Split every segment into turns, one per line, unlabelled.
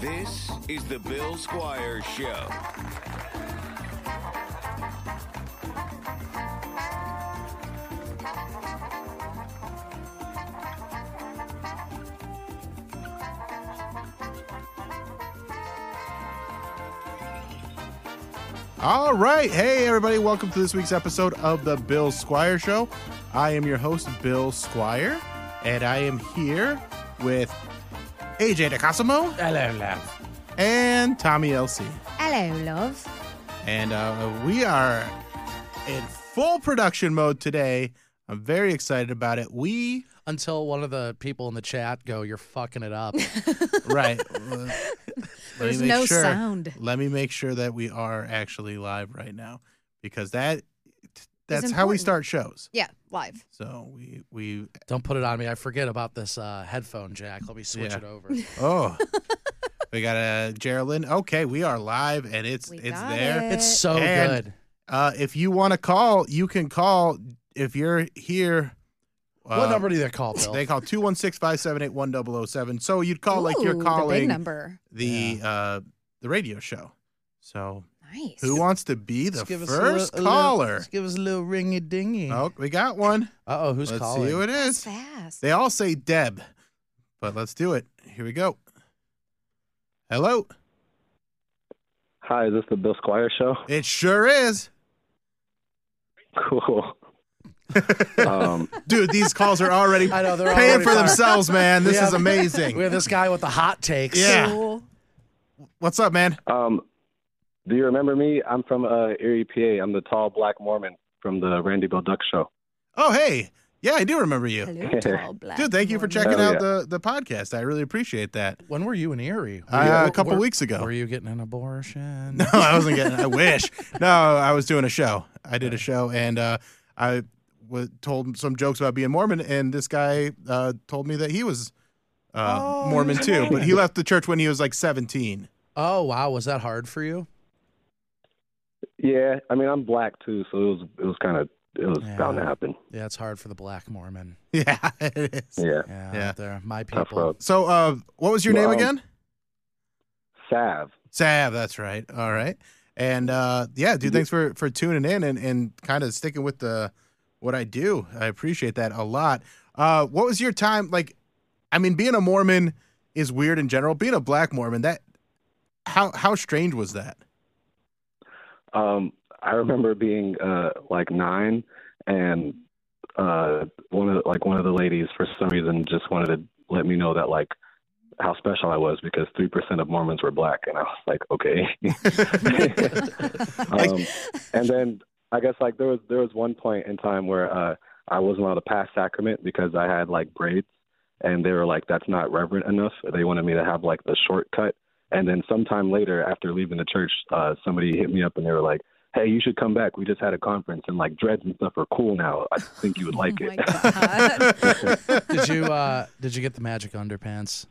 This is the Bill Squire Show.
All right. Hey, everybody. Welcome to this week's episode of The Bill Squire Show. I am your host, Bill Squire, and I am here with AJ DeCosimo
Hello, love.
and Tommy LC.
Hello, love.
And uh, we are in full production mode today. I'm very excited about it. We,
Until one of the people in the chat go, "You're fucking it up."
right. uh, let me
There's
make
no
sure-
sound.
Let me make sure that we are actually live right now because that that's how we
important.
start shows.
Yeah, live.
So we we
Don't put it on me. I forget about this uh, headphone jack. Let me switch
Yeah.
it over.
Oh, we got a Geraldine. Okay, we are live and it's
We
it's
got
there.
it.
It's so
And-
good.
Uh, if you want to call, you can call. If you're here, uh,
what number do they call, Bill?
They call 216-578-1007. So you'd call like
Ooh,
you're
the big
calling the,
number.
uh the radio show. So
Nice.
who wants to be the
Just give us a little-
first
a little-
caller?
just give us a little ringy dingy.
Oh, we got one.
oh, who's
let's
calling?
see who it is.
fast?
They all say Deb, but let's do it. Here we go. Hello.
Hi, is this the Bill Squire show?
It sure is.
Cool. um,
Dude, these calls are already
I know they're
paying
already
for
fired.
themselves, man. This
We
is
have- We
amazing.
have this guy with the hot takes.
Yeah.
Cool.
What's up, man?
um, do you remember me? I'm from uh, Erie, PA. I'm the tall black Mormon from the Randy Bill Duck show.
Oh, hey. Yeah, I do remember you.
Hello, tall black.
Dude, thank you for
woman.
checking
Hell
out
Oh, yeah.
the, the podcast. I really appreciate that.
When were you in Erie? Were
Uh,
you-
a couple
were-
weeks ago.
Were you getting an abortion?
No, I wasn't getting I wish. No, I was doing a show. I did a show and uh, I was told some jokes about being Mormon, and this guy uh, told me that he was uh,
Oh,
Mormon
he's
too, but he
Mormon.
left the church when he was like 17.
Oh wow, was that hard for you?
Yeah, I mean I'm black too, so it was it was kind of it was
Yeah.
bound to happen.
Yeah, it's hard for the black Mormon.
Yeah, it is.
Yeah,
Yeah,
Yeah.
out there, my
tough
people.
road.
So, uh, what was your name
Well,
again?
Sav.
Sav, that's right. All right. And uh yeah, dude, thanks for for tuning in and and kind of sticking with the what I do. I appreciate that a lot. Uh what was your time like I mean, being a Mormon is weird in general. Being a black Mormon, that how how strange was that?
Um, I remember being uh, like nine, and uh, one of the, like one of the ladies for some reason just wanted to let me know that like how special I was because three percent of Mormons were black, and I was like, okay. um, and then I guess like there was there was one point in time where uh, I wasn't allowed to pass sacrament because I had like braids, and they were like, that's not reverent enough. They wanted me to have like the shortcut. And then sometime later, after leaving the church, uh, somebody hit me up and they were like, "Hey, you should come back. We just had a conference and like dreads and stuff are cool now. I think you would like
Oh
it."
my God.
Did you uh did you get the magic underpants?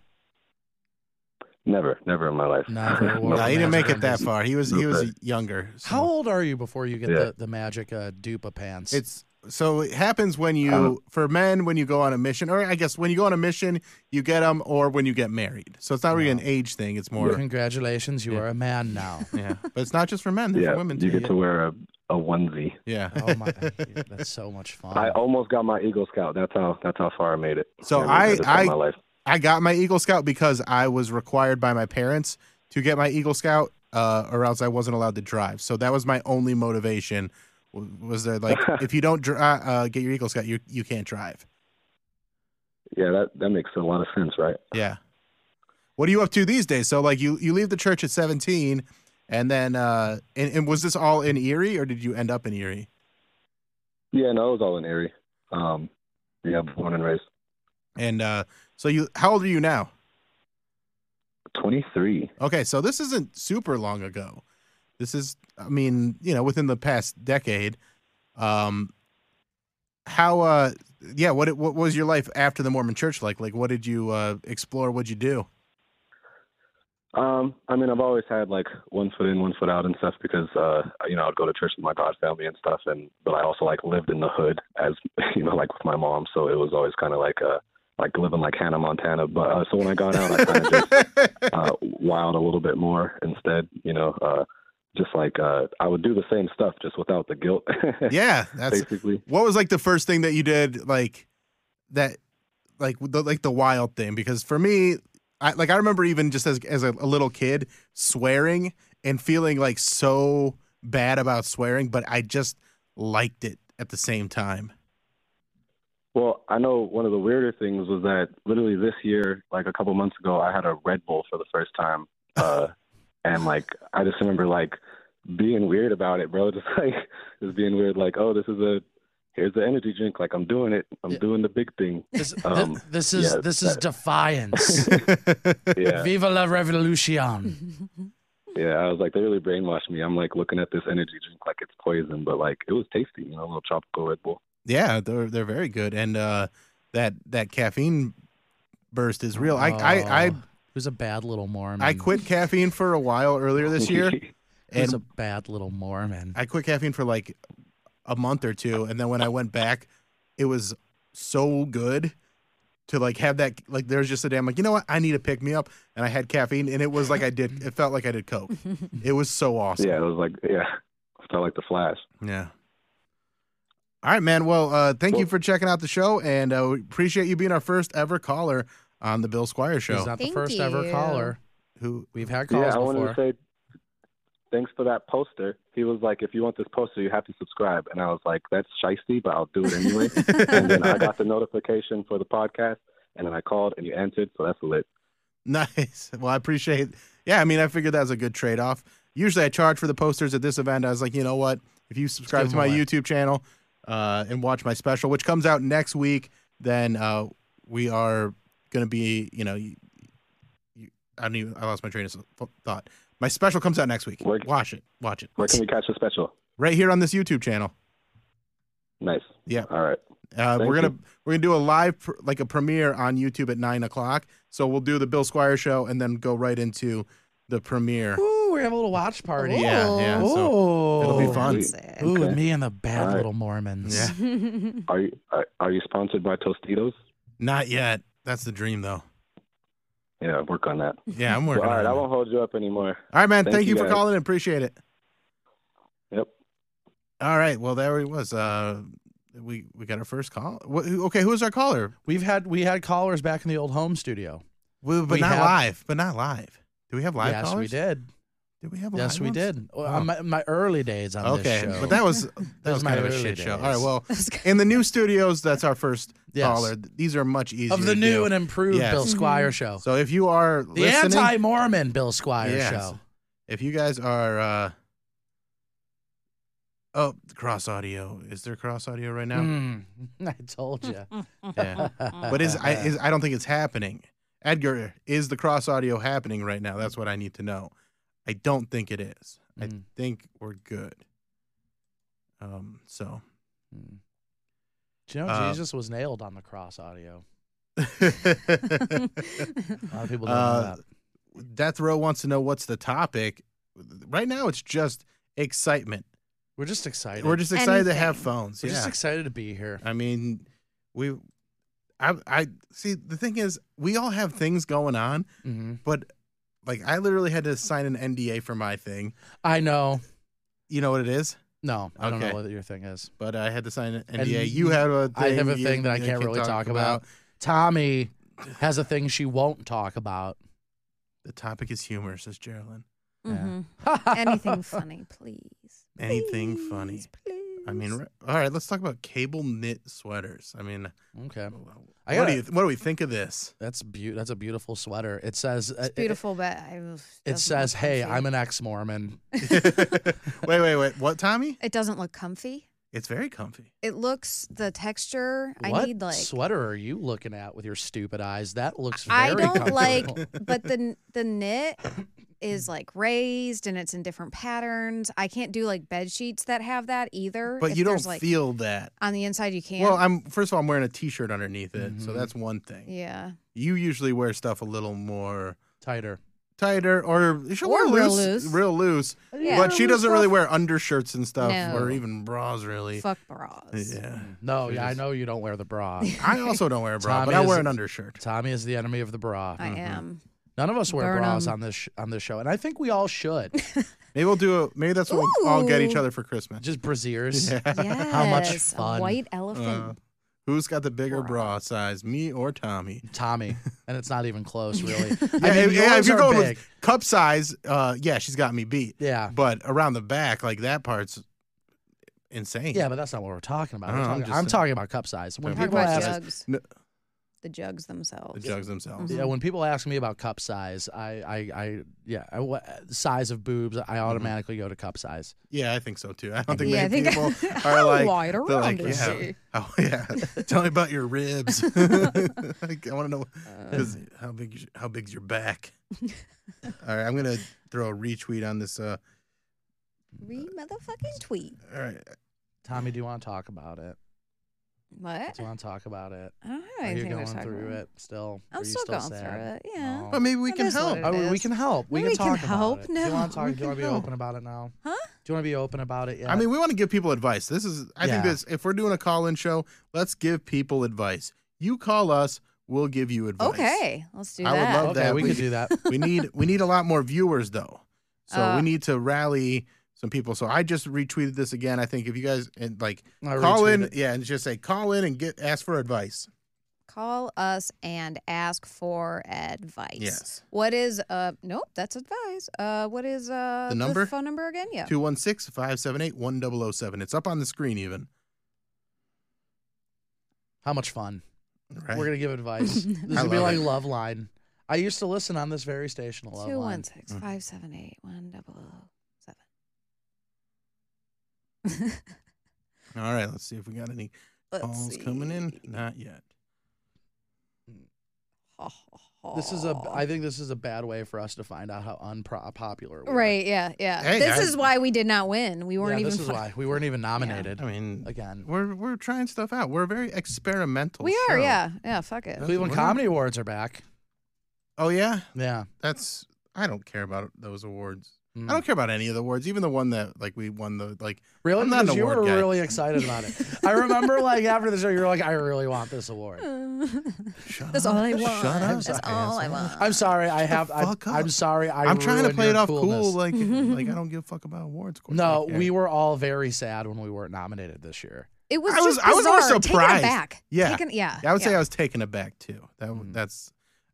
never, never in my life.
Never wore
no, he didn't make
magic
it that
underpants.
far. He was he was
Okay.
younger. so-
How old are you before you get
Yeah.
the, the magic uh, dupa pants?
It's so it happens when you
Um,
for men when you go on a mission, or I guess when you go on a mission, you get them, or when you get married. So it's not really an
Wow.
age thing; it's more
congratulations, you
Yeah.
are a man now.
Yeah, but it's not just for men; they're
yeah,
for women too.
you get to wear a, a onesie.
yeah.
Oh my, that's so much fun.
I almost got my Eagle Scout. That's how that's how far I made it.
So
Never
I-
did this in
I-
my life.
I got my Eagle Scout because I was required by my parents to get my Eagle Scout, uh, or else I wasn't allowed to drive. So that was my only motivation. w- Was there like if you don't dri- uh, get your Eagle Scout, you you can't drive.
Yeah, that that makes a lot of sense, right?
Yeah. What are you up to these days? So like you you leave the church at 17 And then, uh, and, and was this all in Erie, or did you end up in Erie?
Yeah, no, it was all in Erie. Um, yeah, born and raised.
And uh, so you, how old are you now?
23.
Okay, so this isn't super long ago. This is, I mean, you know, within the past decade. Um, how, uh, yeah, what what was your life after the Mormon Church like? Like, what did you uh, explore? What'd you do?
Um, I mean, I've always had like one foot in, one foot out and stuff because, uh, you know, I'd go to church with my God family and stuff. And, but I also like lived in the hood as, you know, like with my mom. So it was always kind of like, uh, like living like Hannah Montana. But, uh, so when I got out, I kind of just, uh, wild a little bit more instead, you know, uh, just like, uh, I would do the same stuff just without the guilt.
yeah, that's
basically.
what was like the first thing that you did like that like the like the wild thing because for me i like i remember even just as as a, a little kid swearing and feeling like so bad about swearing but i just liked it at the same time
Well, I know one of the weirder things was that literally this year, like a couple months ago, I had a Red Bull for the first time, uh, and like I just remember like being weird about it, bro. Just like just being weird, like oh, this is a here's the energy drink. Like I'm doing it. I'm
Yeah.
doing the big thing.
This, th-
Um,
this is
yeah,
this is
that-
defiance.
Yeah,
Viva la revolution.
yeah. I was like, they really brainwashed me. I'm like looking at this energy drink like it's poison, but like it was tasty, you know, a little tropical Red Bull.
yeah they're they're very good and uh that that caffeine burst is real i i i
Oh, who's a bad little Mormon?
i quit caffeine for a while earlier this year and
Who's a bad little Mormon?
I quit caffeine for like a month or two, and then when I went back, it was so good to like have that. Like, there's just a day I'm like, you know what? I need to pick me up, and I had caffeine, and it was like I did. It felt like I did coke. It was so awesome.
yeah, it was like yeah, I felt like the Flash.
Yeah. All right, man. Well, uh, thank you
Well-
for checking out the show, and uh, we appreciate you being our first ever caller on the Bill Squire
He's
Show.
not the
Thank
first ever
you.
caller.
Who?
We've had
Yeah,
calls
I
before.
wanted to say thanks for that poster. He was like, if you want this poster, you have to subscribe. And I was like, that's shisty, but I'll do it anyway. and then I got the notification for the podcast, and then I called and you answered, so that's lit.
Nice. Well, I appreciate. Yeah, I mean, I figured that was a good trade off. Usually, I charge for the posters at this event. I was like, you know what? If you subscribe
give
to my
'em away.
YouTube channel uh, and watch my special, which comes out next week, then uh, we are going to be, you know, you, you, I don't even. I lost my train of s- thought. My special comes out next week.
Where-
Watch it. Watch it.
Where can we catch the special?
Right here on this YouTube channel.
Nice.
Yeah.
All right.
Uh,
Thank
we're gonna
you.
we're gonna do a live pr- like a premiere on YouTube at nine o'clock. So we'll do the Bill Squire show and then go right into the premiere.
Ooh, we're having a little watch party.
Ooh.
Yeah, yeah. So
Ooh.
it'll be fun.
Fancy.
Ooh,
Okay.
me and the bad
All right.
little Mormons.
Yeah.
Are you are, are you sponsored by Tostitos?
Not yet. That's the dream, though.
Yeah, work on that.
Yeah, I'm
All
working.
right,
on it.
I
All
won't hold you up anymore.
right, man. Thank,
Thank
you
you,
for
guys.
calling. Appreciate it.
Yep.
All right. Well, there he was. Uh, we we got our first call. Wh- who- okay, who's our caller?
We've had we had callers back in the old home studio.
We, but
We
not
have-
live. But not live. Do we have live
yes,
callers?
we did.
Did we have?
Yes,
live
we
ones?
did. Well,
Wow.
my, my early days on this
Okay,
show.
but that was that
Those
was
my
kind of a
early
shit show. All right.
days.
Well, in the new studios, that's our first
Yes.
caller. These are much easier
of the
to
new
do.
and improved
Yes. Mm-hmm.
Bill Squire show.
So if you are
the
listening,
anti-Mormon Bill Squire
Yes.
show.
if you guys are uh oh cross audio is there cross audio right now
Mm, I told you.
yeah but is i is i don't think it's happening edgar is the cross audio happening right now that's what i need to know i don't think it is i
Mm.
think we're good um so
Hmm. Do you know
Uh,
Jesus was nailed on the cross audio? A lot of people don't
Uh,
know that.
death row wants to know what's the topic right now it's just excitement
We're just excited.
we're just excited to have
Anything.
phones
We're
yeah
just excited to be here.
I mean, we, I, I see. The thing is, we all have things going on,
Mhm.
but like, I literally had to sign an NDA for my thing.
I know.
You know what it is?
No, I don't
Okay.
know what your thing is.
But I had to sign an
And
NDA. you have a thing.
I have a
you-
thing that I
you
can't really talk about. Tommy has a thing she won't talk about.
The topic is humor, says Geraldine.
Yeah.
Mhm. Mm-hmm. Anything funny, please.
Anything
Please,
funny.
please.
I mean, re- all right, let's talk about cable knit sweaters. I mean,
Okay. I
what
got
do you what do we think of this?
That's beau- That's a beautiful sweater. It says. uh,
It's
it-
beautiful, but I it doesn't
It, says,
look
"Hey,
comfy.
I'm an ex-Mormon."
wait, wait, wait. What, Tommy?
It doesn't look comfy.
It's very comfy.
It looks the texture.
what
I need like
sweater are you looking at with your stupid eyes? That looks. Very
I don't
comfortable.
like, but the kn- the knit is like raised and it's in different patterns. I can't do like bed sheets that have that either.
But
if
you don't
there's, like,
feel that.
on the inside. You can't.
Well, I'm first of all, I'm wearing a t-shirt underneath it, so that's one thing.
Mm-hmm. yeah,
You usually wear stuff a little more
tighter.
tighter, or she'll wear
Or real
loose,
loose.
real loose.
Yeah.
But she doesn't really wear undershirts and stuff,
No.
or even bras, really.
fuck bras.
Yeah.
No,
She
yeah, I
just-
know you don't wear the bra.
I also don't wear a bra,
Tommy
but I wear
is-
an undershirt.
Tommy is the enemy of the bra.
Mm-hmm.
I am.
None of us wear
Burn um.
bras
'em.
on this sh- on this show, and I think we all should.
Maybe we'll do a. Maybe that's what we'll all get each
Ooh.
other for Christmas.
Just brasiers.
Yeah.
Yes,
How much
A
fun.
white elephant.
Uh, Who's got the bigger bra size, me or Tommy?
Tommy, and it's not even close, really.
Yeah,
I
if-
mean,
yeah, if
yours
you're
are
going
big.
with cup size, uh, yeah, she's got me beat.
yeah,
But around the back, like that part's insane.
yeah, but that's not what we're talking about.
I
We're
don't know, I'm
talking- I'm,
just saying.
talking about cup size. When
I'm
Talk
people
talking
about
ask,
size.
jugs.
No.
The jugs
the
themselves. Mm-hmm.
jugs themselves.
yeah, when people ask me about cup size, I, I, I yeah, I, wa- size of boobs,
Mm-hmm.
I automatically go to cup size.
Yeah, I think so too. I don't think
Yeah, I
many
think-
people are
How
like,
wide
they're
around
like,
is
yeah,
she?
Oh yeah, tell me about your ribs. like, I want to know
Uh,
'cause how big is- how big's your back. All right, I'm gonna throw a retweet on this. Uh,
Re motherfucking tweet.
all right,
Tommy, do you want to talk about it?
What?
Do you want to talk about it?
Uh, I don't have
Are you
anything
going
to talk
through
about.
it still?
I'm
Are you
still going through
sad?
it, yeah.
No.
but maybe we
That
can
is what
help.
it
Oh, we- we
is.
can help. We
No,
can
we can
talk
help.
about it. do you want
No,
to talk?
we
Do you
can
want to be
help.
open about it now?
Huh?
Do you want to be open about it?
I
yet?
mean, we want to give people advice. This is, I think,
Yeah.
this if we're doing a call in show, let's give people advice. You call us, we'll give you advice.
Okay, let's do
I would
that.
love
okay,
that.
we could do that.
we need we need a lot more viewers though, so
Uh.
we need to rally some people. So I just retweeted this again. I think if you guys and like
I
call in,
retweeted it.
yeah, and just say call in and get ask for advice.
Call us and ask for advice.
Yes.
What is uh nope, that's advice. Uh what is uh
The number?
phone number again? Yeah.
216-578-1007. It's up on the screen even.
How much fun?
Right?
We're gonna give advice. This
I
would be
love
like
it.
Love Line. I used to listen on this very station, Love
Two
Line.
one
Mm-hmm.
six five seven eight one double oh seven.
All right, let's see if we got any
Let's
calls
see.
coming in. Not yet.
Ha, ha, ha.
This is a. I think this is a bad way for us to find out how unpopular. We are.
Right, yeah, yeah.
Hey,
this
I-
is why we did not win. We weren't
yeah,
even
this is
fu-
why we weren't even nominated
I mean,
again.
we're we're trying stuff out. We're a very experimental.
We are,
show.
yeah. Yeah, fuck it. Mm-hmm.
Cleveland
we're not-
Comedy Awards are back.
Oh yeah,
Yeah.
that's. I don't care about those awards.
Mm.
I don't care about any of the awards, even the one that like we won the like.
Really?
I'm not an
Because you
award
were
guy.
really excited about it. I remember, like after the show, you were like, "I really want this award."
Uh,
Shut
That's
up,
all I want.
Shut up.
That's all I want.
I'm sorry. I have.
the
I,
fuck up.
I'm sorry. I
I'm trying to
ruined
play it
your
off cool,
coolness.
like like I don't give a fuck about awards. Of course
No,
I care.
we were all very sad when we weren't nominated this year.
It was
I was-
just
I was more
bizarre. Taken
surprised.
aback.
Yeah.
Taken, yeah.
I would
yeah.
say I was taken aback too. That w that's.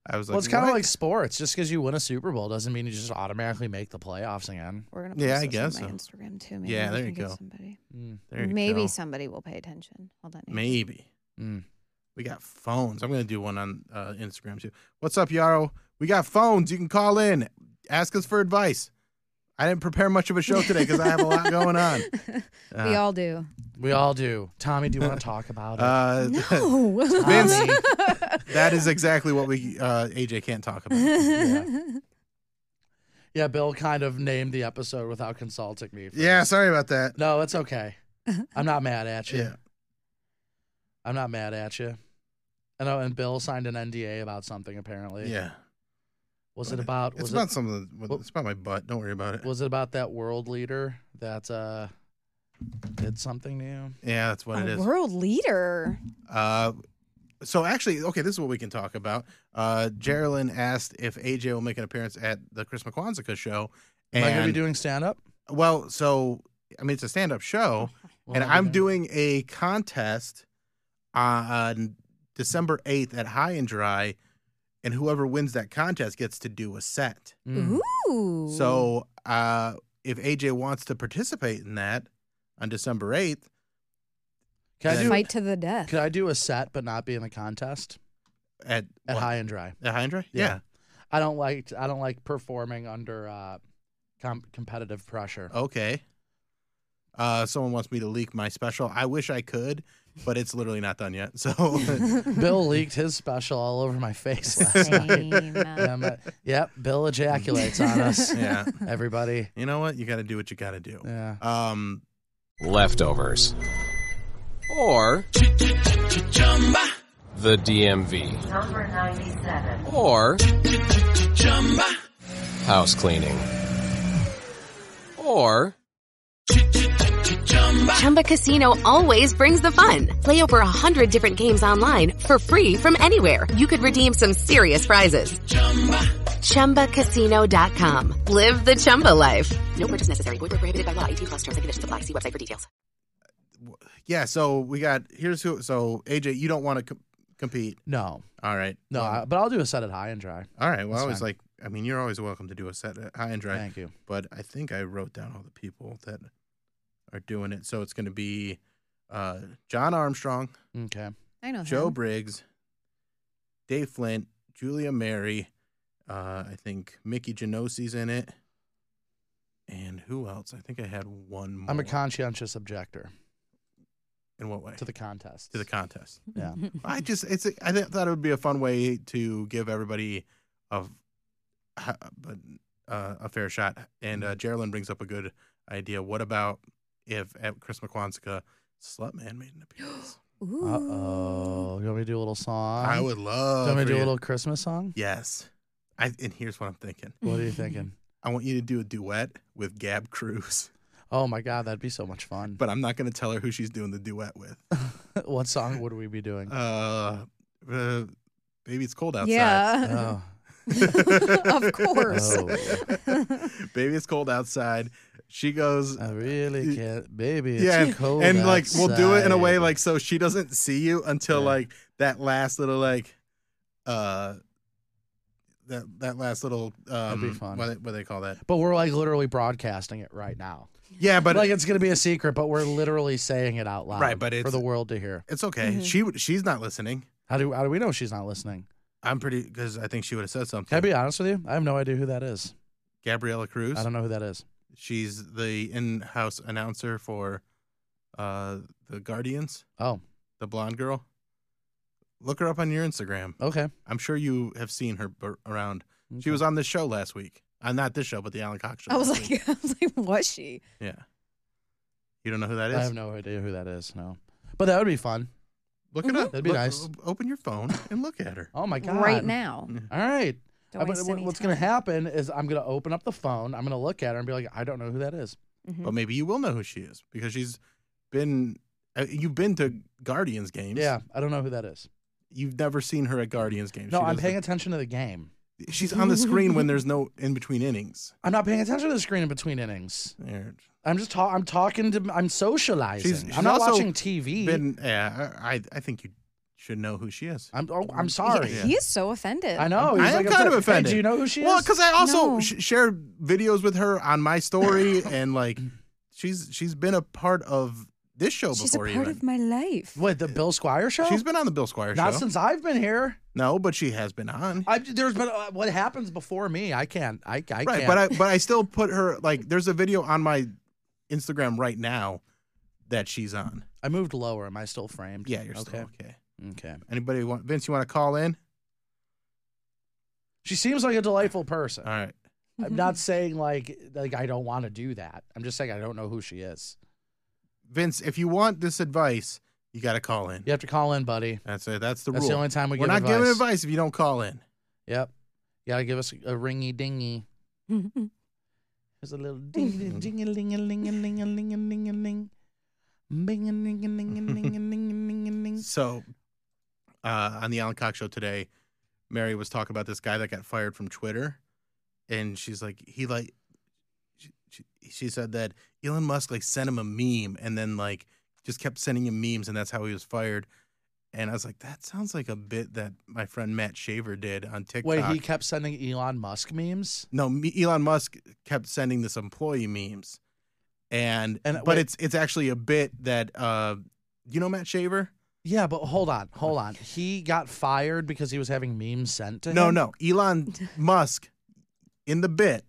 I was like,
Mm. Well, it's kind of
"What?"
like sports. Just because you win a Super Bowl doesn't mean you just automatically make the playoffs again.
We're gonna
Yeah,
post
I
this
guess
on my
so.
Instagram too. Maybe
Yeah,
we
there
can
you
get
go.
Somebody.
Mm.
There you
Maybe
go.
somebody will pay attention. Hold on. Nathan.
maybe
Mm.
we got phones. I'm gonna do one on uh, Instagram too. What's up, Yarrow? We got phones. You can call in, ask us for advice. I didn't prepare much of a show today because I have a lot going on.
we
Uh,
all do.
We all do. Tommy, do you want to talk about it?
uh,
No.
Vince,
Tommy.
that is exactly what we uh, AJ can't talk about.
yeah. yeah, Bill kind of named the episode without consulting me. first.
Yeah, sorry about that.
No, it's okay. I'm not mad at you.
Yeah.
I'm not mad at you. And oh, and Bill signed an NDA about something. Apparently,
Yeah,
Was it about?
it's
Was
about
it,
something.
Well-
It's about my butt. Don't worry about it.
Was it about that world leader that uh, did something to you?
yeah, that's what it
A
Oh,
is.
world leader.
Uh, so actually, okay, this is what we can talk about. Uh, Geraldine asked if AJ will make an appearance at the Chris McQuanzica show,
Am I going to be
and
doing stand up?
well, so I mean, it's a stand-up show,
Oh,
and I'm doing a contest on December 8th at High and Dry, and whoever wins that contest gets to do a set.
Hmm.
Mm.
Ooh.
So uh, if AJ wants to participate in that on December 8th,
Can I
Yeah.
do?
Fight to the death.
Can I do a set but not be in the contest
At
at
what?
High and Dry?
At Hydra?
Yeah. I don't like I don't like performing under uh, com- competitive pressure.
Okay. Uh, someone wants me to leak my special. I wish I could, but it's literally not done yet. So
Bill leaked his special all over my face last night.
Same.
Yeah, I'm like, yep, Bill ejaculates on us.
yeah,
Everybody.
you know what? You got to do what you got to do.
Yeah.
Um,
leftovers, or the DMV,
Number 97.
or house cleaning, or
Chumba Casino always brings the fun. Play over a hundred different games online for free from anywhere. You could redeem some serious prizes. ChumbaCasino.com. Live the Chumba life. No purchase necessary. Void where prohibited by law. 18 plus terms and conditions apply. See website for details.
yeah. So we got here's who. So AJ, you don't want to com- compete.
No.
All right.
No,
Well,
I, but I'll do a set at High and Dry.
all right. Well, I was
that's fine.
like, I mean, you're always welcome to do a set at high and dry,
Thank you.
but I think I wrote down all the people that are doing it. So it's going to be uh, John Armstrong,
Okay.
I know.
Joe
him.
Briggs, Dave Flint, Julia Mary. Uh, I think Mickey Genosi's in it. And who else? I think I had one more.
I'm a conscientious objector
in what way?
to the contest.
to the contest.
yeah.
I just it's a, I th- thought it would be a fun way to give everybody a ha- but uh, a fair shot. And uh, Geraldine brings up a good idea. What about if at Chris McQuansica Slutman made an appearance?
Uh
Ooh.
oh. You want me to do a little song?
I would
Do
love.
you want me
for
to do
you-
a little Christmas song?
Yes. I and here's what I'm thinking.
What are you thinking?
I want you to do a duet with Gab Cruz,
Oh my God, that'd be so much fun.
but I'm not going to tell her who she's doing the duet with.
what song would we be doing?
Uh, uh baby, it's cold outside.
Yeah.
oh.
of course.
Baby, it's cold outside. She goes,
I really can't, baby. It's
yeah, and,
cold
and, like we'll do it in a way
outside.
like so she doesn't see you until
Yeah.
like that last little like, uh, that that last little um,
be fun.
What, what do they call that?
But we're like literally broadcasting it right now.
Yeah, but
But like it's gonna be a secret, but we're literally saying it out loud,
Right, but
for
it's-
the world to hear.
it's okay. She would. she's not listening.
How do how do we know she's not listening?
I'm pretty because I think she would have said something.
Can I be honest with you? I have no idea who that is.
Gabriella Cruz.
I don't know who that is.
She's the in-house announcer for uh the Guardians,
Oh,
the blonde girl. Look her up on your Instagram.
okay.
I'm sure you have seen her b- around. She was on this show last week. Uh, not this show, but the Alan Cox show.
I was
last week.
like, I was like, was she?
yeah. You don't know who that is?
I have no idea who that is. No, but that would be fun.
Look it up.
That'd be
Look- oh,
nice.
o- Open your phone and look at her.
Oh my god!
Right now.
All right.
Don't
Uh, but
waste
what-
any
what's gonna
time.
happen is I'm gonna open up the phone. I'm gonna look at her and be like, I don't know who that is.
Mm-hmm.
But maybe you will know who she is because she's been. uh, You've been to Guardians games.
Yeah, I don't know who that is.
You've never seen her at Guardians games.
No,
She
I'm
does
paying attention to the game.
the- she's on the screen when there's no in between innings.
I'm not paying attention to the screen in between innings.
There.
I'm just talking. I'm talking to. I'm socializing.
She's- she's
I'm not
also
watching TV.
Been, yeah, I, I think you should know who she is.
I'm. Oh, I'm
Yeah,
sorry.
He is so offended.
I know.
I
He's
am
like,
kind of
"Hey,
offended.
do you know who she
Well,
is?
because I also
No.
sh- share videos with her on my story, and like she's she's been a part of this show
She's a
before.
part
even.
of my life.
What the Bill Squire show?
she's been on the Bill Squire
not
show.
since I've been here.
no, but she has been on.
I, there's been uh, what happens before me. I can't. I. I
right,
can't.
but I but I still put her like there's a video on my Instagram right now that she's on.
I moved lower. Am I still framed?
Yeah, you're
okay.
still okay.
Okay.
Anybody want Vince? You want to call in?
She seems like a delightful person.
All right.
Mm-hmm.
I'm not saying like like I don't want to do that. I'm just saying I don't know who she is.
Vince, if you want this advice, you got to call in.
You have to call in, buddy.
That's it. That's the
That's
rule.
the only time we
We're
give
not giving
advice.
advice if you don't call in.
Yep. You gotta give us a ringy dingy. There's a little ding
Mm-hmm.
ding ding a ling a ling a ling a ling a ling a ling. Bing a ling a ling a ling a ling a ling a ling.
So, uh, on the Alan Cox show today, Mary was talking about this guy that got fired from Twitter, and she's like, he like, she, she, she said that Elon Musk like sent him a meme, and then like just kept sending him memes, and that's how he was fired. And I was like, that sounds like a bit that my friend Matt Shaver did on TikTok.
Wait, he kept sending Elon Musk memes?
no, me, Elon Musk kept sending this employee memes, and,
And
but
wait-
it's it's actually a bit that uh, you know Matt Shaver?
Yeah, but hold on, hold on. He got fired because he was having memes sent to him.
No, no. Elon Musk in the bit,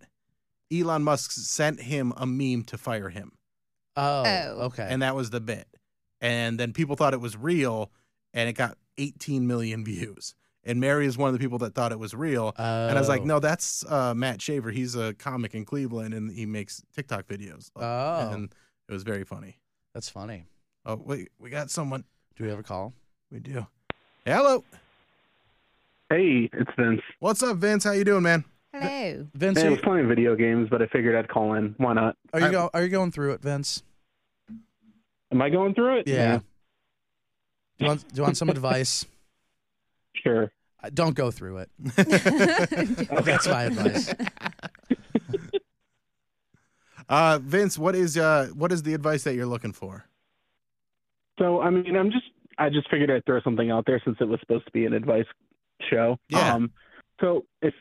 Elon Musk sent him a meme to fire him.
Oh,
Oh.
okay.
And that was the bit. And then people thought it was real and it got 18 million views. And Mary is one of the people that thought it was real. And I was like,
Oh.
no, that's uh, Matt Shaver. He's a comic in Cleveland and he makes TikTok videos. Uh,
Oh.
And it was very funny.
that's funny.
Oh, wait, we got someone.
Do we have a call?
We do. Hello.
Hey, it's Vince.
What's up, Vince? How you doing, man?
Hello.
Vince,
Man, I
are
was
you,
playing video games, but I figured I'd call in. Why not?
are you go, are you going through it, Vince?
Am I going through it?
Do you want do you want some advice?
Sure.
Uh, Don't go through it. That's my advice.
Uh, Vince, what is uh, what is the advice that you're looking for?
So I mean, I'm just I just figured I'd throw something out there since it was supposed to be an advice show.
Yeah.
Um, so if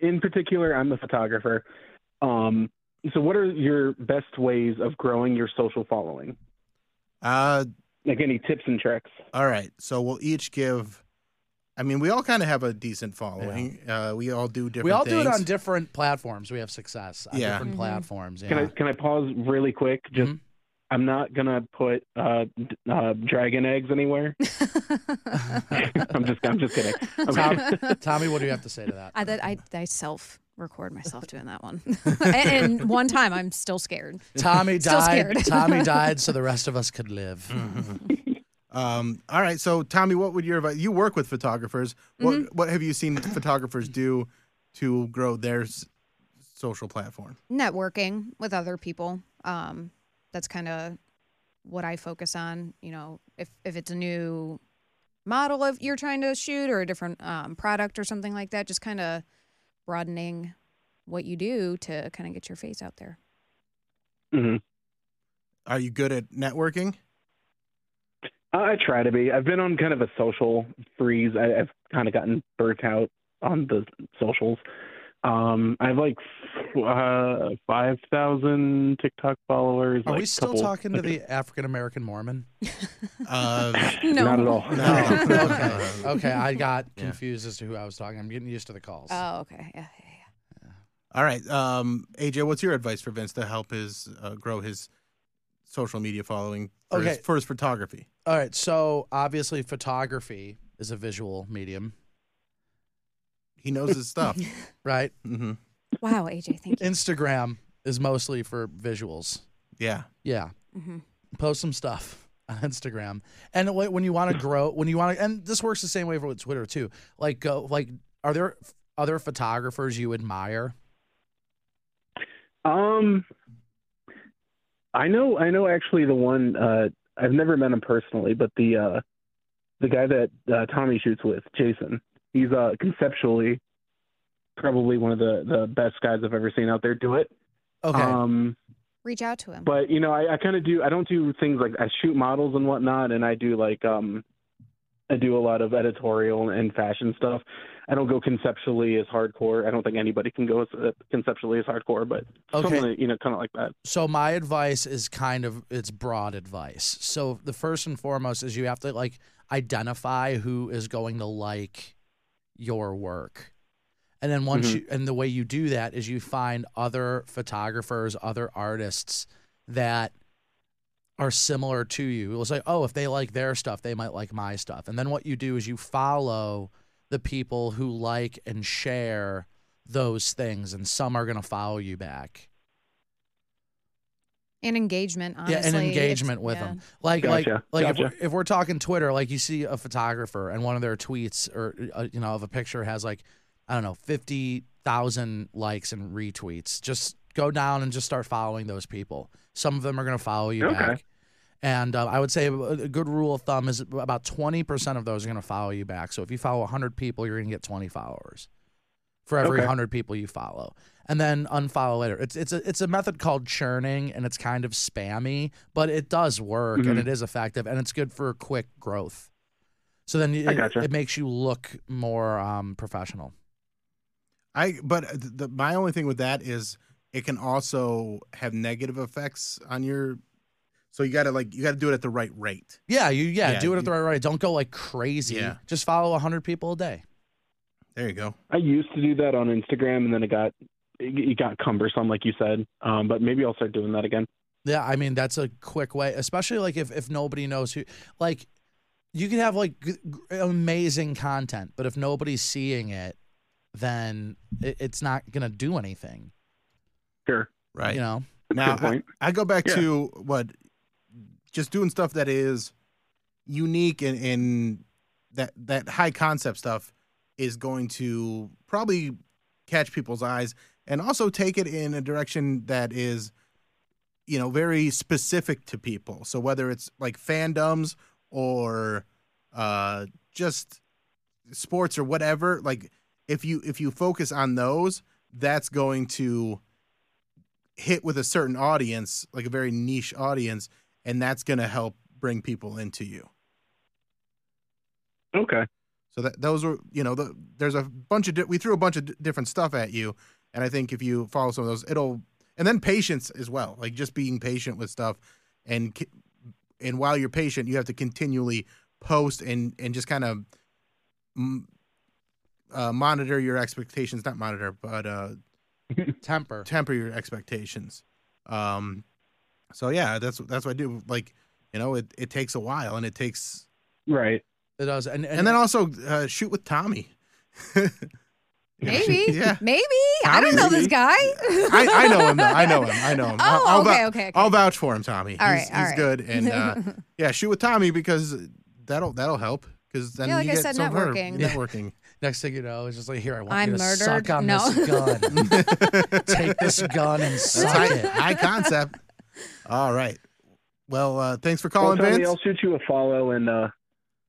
in particular, I'm a photographer. Um, so what are your best ways of growing your social following?
Uh,
Like any tips and tricks?
all right. So we'll each give. I mean, we all kind of have a decent following. Uh, we all do different.
We all do it
things.
on different platforms. We have success on
Yeah.
different
Mhm.
platforms. Yeah.
Can I can I pause really quick? Just
Mhm.
I'm not gonna put uh, d- uh, dragon eggs anywhere. I'm just I'm just kidding.
Tom, Tommy, what do you have to say to that?
I that I, I self record myself doing that one. and, and one time I'm still scared.
Tommy
Still
died.
scared.
Tommy died, so the rest of us could live.
Um, all right. So Tommy, what would your advice? You work with photographers. What what have you seen photographers do to grow their s- social platform?
Networking with other people. Um, that's kind of what I focus on. You know, if if it's a new model if you're trying to shoot or a different um, product or something like that, just kind of broadening what you do to kind of get your face out there.
hmm
Are you good at networking?
I I try to be. I've been on kind of a social freeze. I, I've kind of gotten burnt out on the socials. Um, I have like f- uh, five thousand TikTok followers.
Are
like
we still
couple-
talking to the African American Mormon?
Uh,
No.
Not at all.
No.
okay. Okay. I got
Yeah.
confused as to who I was talking. I'm getting used to the calls.
Oh, okay. Yeah, yeah, yeah.
all right. Um, AJ, what's your advice for Vince to help his uh, grow his social media following for, his,
Okay.
for his photography?
All right. So obviously, photography is a visual medium,
He knows his stuff.
right?
hmm
Wow, AJ, thank you.
Instagram is mostly for visuals.
Yeah.
Yeah.
Mhm.
Post some stuff on Instagram. And wh- when you want to grow, when you want to, and this works the same way for Twitter too. Like, go, like, are there f- other photographers you admire?
Um, I know, I know. Actually, the one uh, I've never met him personally, but the uh, the guy that uh, Tommy shoots with, Jason, he's uh, conceptually probably one of the the best guys I've ever seen out there do it.
Okay.
Um,
Reach out to him.
but you know, I, I kind of do. I don't do things like I shoot models and whatnot, and I do like um, I do a lot of editorial and fashion stuff. I don't go conceptually as hardcore. I don't think anybody can go as, uh, conceptually as hardcore, but
Okay.
something you know, kind of like that.
so my advice is kind of it's broad advice so the first and foremost is you have to like identify who is going to like your work and then once
Mhm.
you and the way you do that is you find other photographers other artists that are similar to you it's like oh if they like their stuff they might like my stuff and then what you do is you follow the people who like and share those things and some are going to follow you back
and engagement, honestly.
yeah, and
It's-
engagement with
yeah.
them. Like,
Gotcha,
like, like if,
gotcha.
we're, if we're talking Twitter, like you see a photographer and one of their tweets or uh, you know of a picture has like I don't know fifty thousand likes and retweets. Just go down and just start following those people. Some of them are going to follow you
Okay.
back. And uh, I would say a a good rule of thumb is about twenty percent of those are going to follow you back. So if you follow hundred people, you're going to get twenty followers for every
Okay.
hundred people you follow, and then unfollow later. It's it's a it's a method called churning, and it's kind of spammy, but it does work and
Mhm.
it is effective, and it's good for quick growth. So then
I
it,
gotcha.
it makes you look more um, professional.
I but the, my only thing with that is it can also have negative effects on your So you got to like you got to do it at the right rate.
Yeah, you yeah,
Yeah,
do it at
you-
the right rate. Don't go like crazy.
Yeah.
Just follow 100 people a day.
There you go.
I used to do that on Instagram, and then it got it it got cumbersome, like you said. Um, but maybe I'll start doing that again.
Yeah, I mean that's a quick way, especially like if if nobody knows who like you can have like g- g- amazing content, but if nobody's seeing it, then it, it's not going to do anything,
Sure.
Right.
you know.
Now
Good
I,
point.
I go back
Yeah.
to what just doing stuff that is unique and, and that that high concept stuff is going to probably catch people's eyes and also take it in a direction that is you know very specific to people so whether it's like fandoms or uh just sports or whatever like if you if you focus on those that's going to hit with a certain audience, like a very niche audience, and that's going to help bring people into you.
Okay.
So that those were, you know, the, there's a bunch of di- we threw a bunch of di- different stuff at you, and I think if you follow some of those, it'll and then patience as well, like just being patient with stuff, and ki- and while you're patient, you have to continually post and and just kind of. Mm, uh, monitor your expectations, not monitor, but uh,
Temper.
temper your expectations. Um, so yeah, that's that's what I do. Like, you know, it, it takes a while, and it takes,
Right.
It does. And and,
and, then also uh, shoot with Tommy.
Maybe.
yeah.
Maybe. I don't know this
Obviously.
guy.
I, I know him. Though. I know him. I know him.
Oh,
I'll, I'll
okay,
vou-
okay, okay.
I'll vouch for him, Tommy.
All
he's
right, all
he's
right.
good, and uh, yeah, shoot with Tommy because that'll that'll help. Because then
Yeah, like
you
I
get
said,
some her-
networking.
networking.
next thing you know, it's just like here I want
I'm
you to
murdered?
suck on
No.
this gun. Take this gun and
That's
suck
high,
it.
high concept. All right. Well, uh, thanks for
Well,
calling,
Tommy,
Vince.
I'll shoot you a follow, and uh,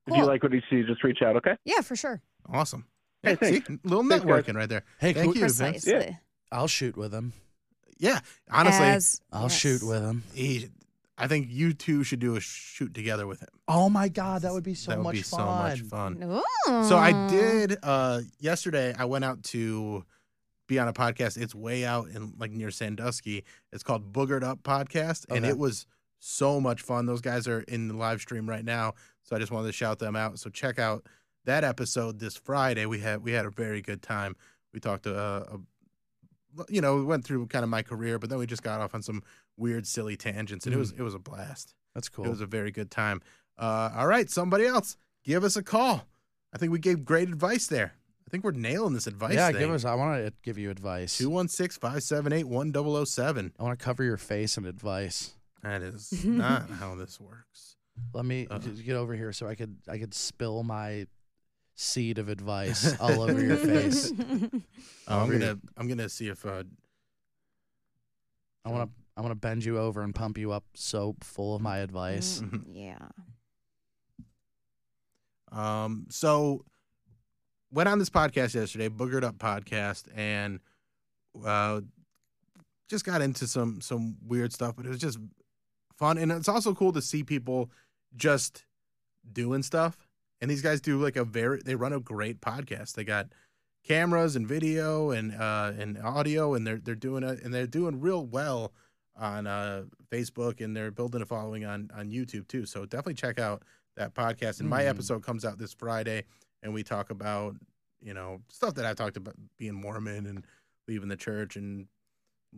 if you
Cool.
like what you see, just reach out. Okay.
yeah, for sure.
Awesome.
Hey,
Yeah,
thanks.
see? little
Thanks, guys.
networking right there.
Hey,
Thank
cool.
you, Vince.
Precisely.
I'll shoot with him.
Yeah, honestly,
As-
I'll
yes.
shoot with him.
he, I think you two should do a shoot together with him.
Oh my god, that would be so
that would
much
be
fun.
so much fun.
Ooh.
So
Hmm.
I did uh yesterday. I went out to be on a podcast. It's way out in like near Sandusky. It's called Boogered Up Podcast, and
Okay.
it was so much fun. Those guys are in the live stream right now, so I just wanted to shout them out. So check out that episode this Friday. We had we had a very good time. We talked to uh, a you know, we went through kind of my career, but then we just got off on some weird, silly tangents, and it was it was a blast.
Hmm. That's cool.
It was a very good time. Uh, all right, somebody else, give us a call. I think we gave great advice there. I think we're nailing this advice.
yeah,
thing.
give us. I want to give you advice.
216 578 1007.
I want to cover your face in advice.
That is not how this works. Uh-uh.
Let me
Uh-oh.
just get over here so I could I could spill my seed of advice all over your face.
Oh, I'm
Over
gonna I'm gonna see if uh,
I want to I want to bend you over and pump you up so full of my advice.
Mm-hmm.
Mm, yeah.
Um, so went on this podcast yesterday, Boogered Up podcast, and uh, just got into some some weird stuff, but it was just fun, and it's also cool to see people just doing stuff. And these guys do like a very they run a great podcast. They got cameras and video and uh and audio and they're they're doing it and they're doing real well on uh Facebook and they're building a following on on YouTube too. So definitely check out that podcast. And my
Hmm.
episode comes out this Friday, and we talk about you know stuff that I've talked about being Mormon and leaving the church and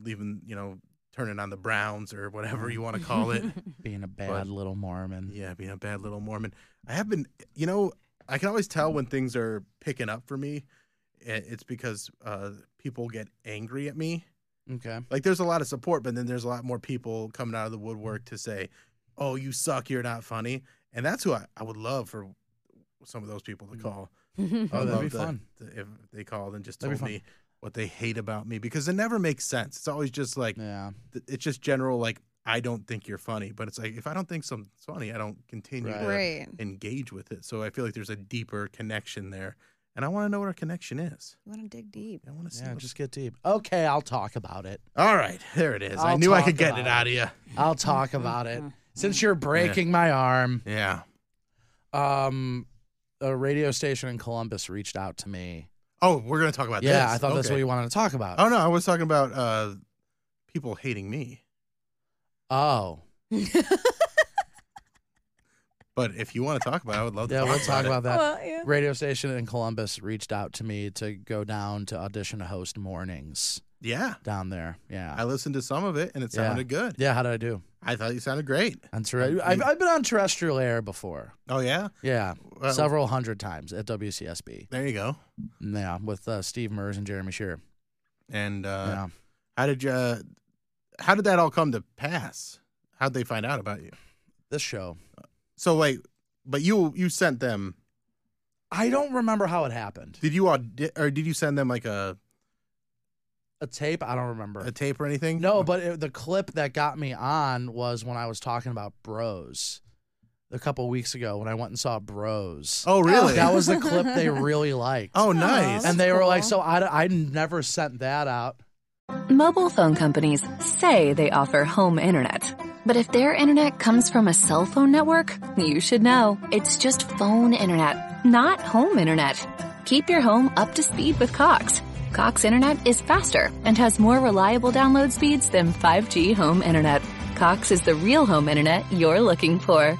leaving you know turning on the Browns or whatever you want to call it.
Being a bad little Mormon.
yeah, being a bad little Mormon. I have been, you know, I can always tell when things are picking up for me. I- It's because uh, people get angry at me
Okay.
like there's a lot of support, but then there's a lot more people coming out of the woodwork to say, "Oh, you suck. You're not funny." And that's who I, I would love for some of those people to call.
Mm-hmm.
Oh,
I would
that'd be
love to-
fun.
to- if they called and just
That'd be
told
fun.
me what they hate about me because it never makes sense. It's always just like
Yeah.
th- it's just general like I don't think you're funny, but it's like if I don't think something's funny, I don't continue
Right.
to
Right.
engage with it. So I feel like there's a deeper connection there, and I want to know what our connection is.
You want to dig deep.
I want to see.
Yeah.
what-
Just get deep. Okay, I'll talk about it.
All right, there it is. i
I'll
knew I
talk
could get
about
it
it.
out of you.
I'll talk about it. Since you're breaking my arm.
Yeah.
um a radio station in Columbus reached out to me.
Oh, we're gonna talk about this.
yeah, I thought that's what
Okay.
you wanted to talk about.
Oh no, I was uh, talking about uh, people hating me.
Oh.
But if you want to talk about it, I would love to
Yeah,
talk
we'll
about
talk
it.
about that.
Well, yeah.
Radio station in Columbus reached out to me to go down to audition to host mornings
Yeah.
down there. Yeah.
I listened to some of it and it
Yeah.
sounded good.
yeah, how did I do?
I thought you sounded great.
On terre- I've, I've been on terrestrial air before.
Oh, yeah?
Yeah,
Well-
several hundred times at WCSB.
There you go.
Yeah, with uh, Steve Mers and Jeremy Shearer.
And uh,
yeah.
how did you, uh, how did that all come to pass? How'd they find out about you?
This show.
So wait, but you you sent them?
I don't remember how it happened.
Did you audi- or did you send them like a
A tape? I don't remember.
a tape or anything?
No, but it, the clip that got me on was when I was talking about Bros a couple weeks ago when I went and saw Bros.
Oh really?
That was the clip they really liked.
oh nice.
and they were like,
cool.
so I, I never sent that out.
Mobile phone companies say they offer home internet. But if their internet comes from a cell phone network, you should know it's just phone internet, not home internet. Keep your home up to speed with Cox. Cox internet is faster and has more reliable download speeds than 5G home internet. Cox is the real home internet you're looking for.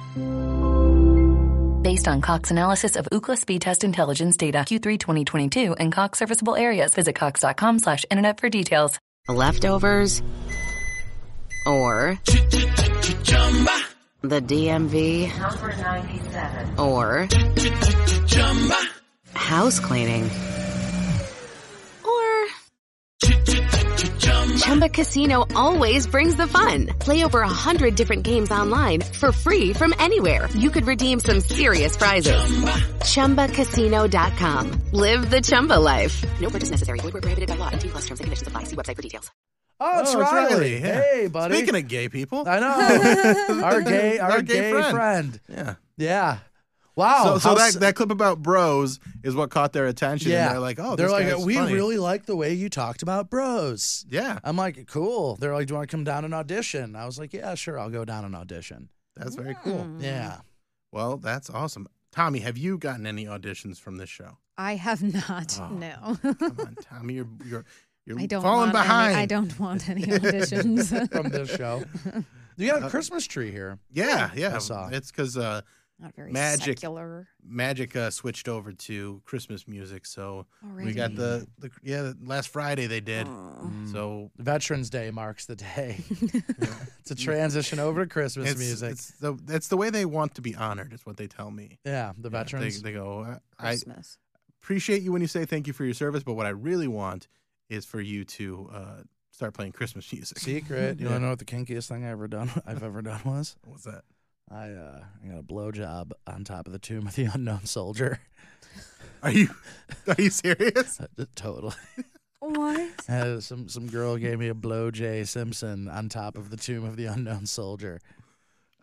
Based on Cox analysis of Ookla speed test intelligence data Q3 2022 and Cox serviceable areas, visit cox.com/internet slash internet for details.
Leftovers or the DMV or house cleaning or Chumba Casino always brings the fun. Play over a hundred different games online for free from anywhere. You could redeem some serious prizes. ChumbaCasino.com. Live the Chumba life. No purchase necessary. Void where prohibited by law. 18 plus terms and conditions apply. See website for details.
Oh, it's Riley.
yeah.
Hey, buddy.
Speaking of gay people,
I know. our gay, our,
Our
gay,
gay
friend.
friend. yeah.
Yeah. Wow.
so so
how
that
s-
that clip about bros is what caught their attention.
yeah.
And they're like, oh,
they're
this
like,
guy's
we
funny."
really like the way you talked about Bros.
yeah.
I'm like, cool. They're like, do you want to come down and audition? I was like, yeah, sure. I'll go down and audition.
That's very cool.
Hmm. Mm-hmm.
Yeah.
Well, that's awesome. Tommy, have you gotten any auditions from this show?
I have not.
Oh.
No.
Come on, Tommy, you're you're you're
I don't
falling
want any-
behind.
I don't want any auditions.
From this show. You got a Christmas tree here.
Uh, Yeah, yeah.
I saw.
It's because uh,
Not very
Magic.
secular.
Magic uh, switched over to Christmas music, so we
Already.
got the, the yeah the- last Friday they did. So
Veterans Day marks the day to transition over to Christmas
it's,
music.
it's the that's the way they want to be honored. Is what they tell me.
yeah, the
They,
veterans.
they go, I, I
Christmas.
appreciate you when you say thank you for your service, but what I really want is for you to uh, start playing Christmas music.
Secret. You want to know what the kinkiest thing I ever done? I've ever done was
What's that?
I uh, I got a blowjob on top of the tomb of the unknown soldier.
Are you are you serious?
Uh, totally.
What?
Uh, some some girl gave me a blow Jay Simpson on top of the tomb of the unknown soldier.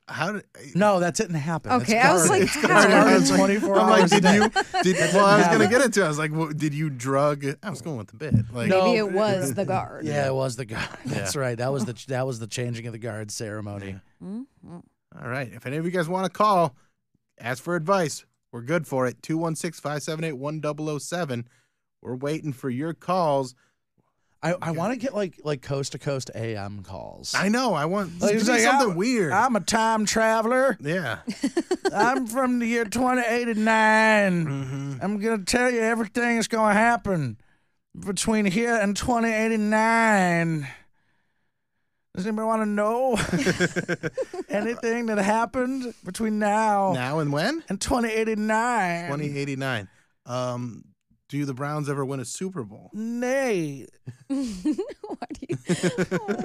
How did?
No, that didn't happen. It's
Okay, I was
guarded.
like,
it's
how?
guarded 24
I'm
hours
like,
a
did
day.
you? Did, well, I was
happen.
gonna get into. it. I was like, well, did you drug? I was going with the bit. Like,
No.
Maybe it was the guard.
Yeah, it was the guard. That's right. That was the that was the changing of the guard ceremony.
Hmm?
All right. If any of you guys want to call, ask for advice. We're good for it. 216 578 1007. We're waiting for your calls.
I, I want to get like like coast to coast AM calls.
I know. I want
Like,
give
it's
me
like, "Ah."
something
I'm-
weird.
I'm a time traveler.
yeah.
I'm from the year 2089. I'm going to tell you everything that's going to happen between here and 2089. Does anybody want to know anything that happened between now,
Now and when?
and 2089?
2089. Um, do the Browns ever win a Super Bowl?
Nay.
Why do you?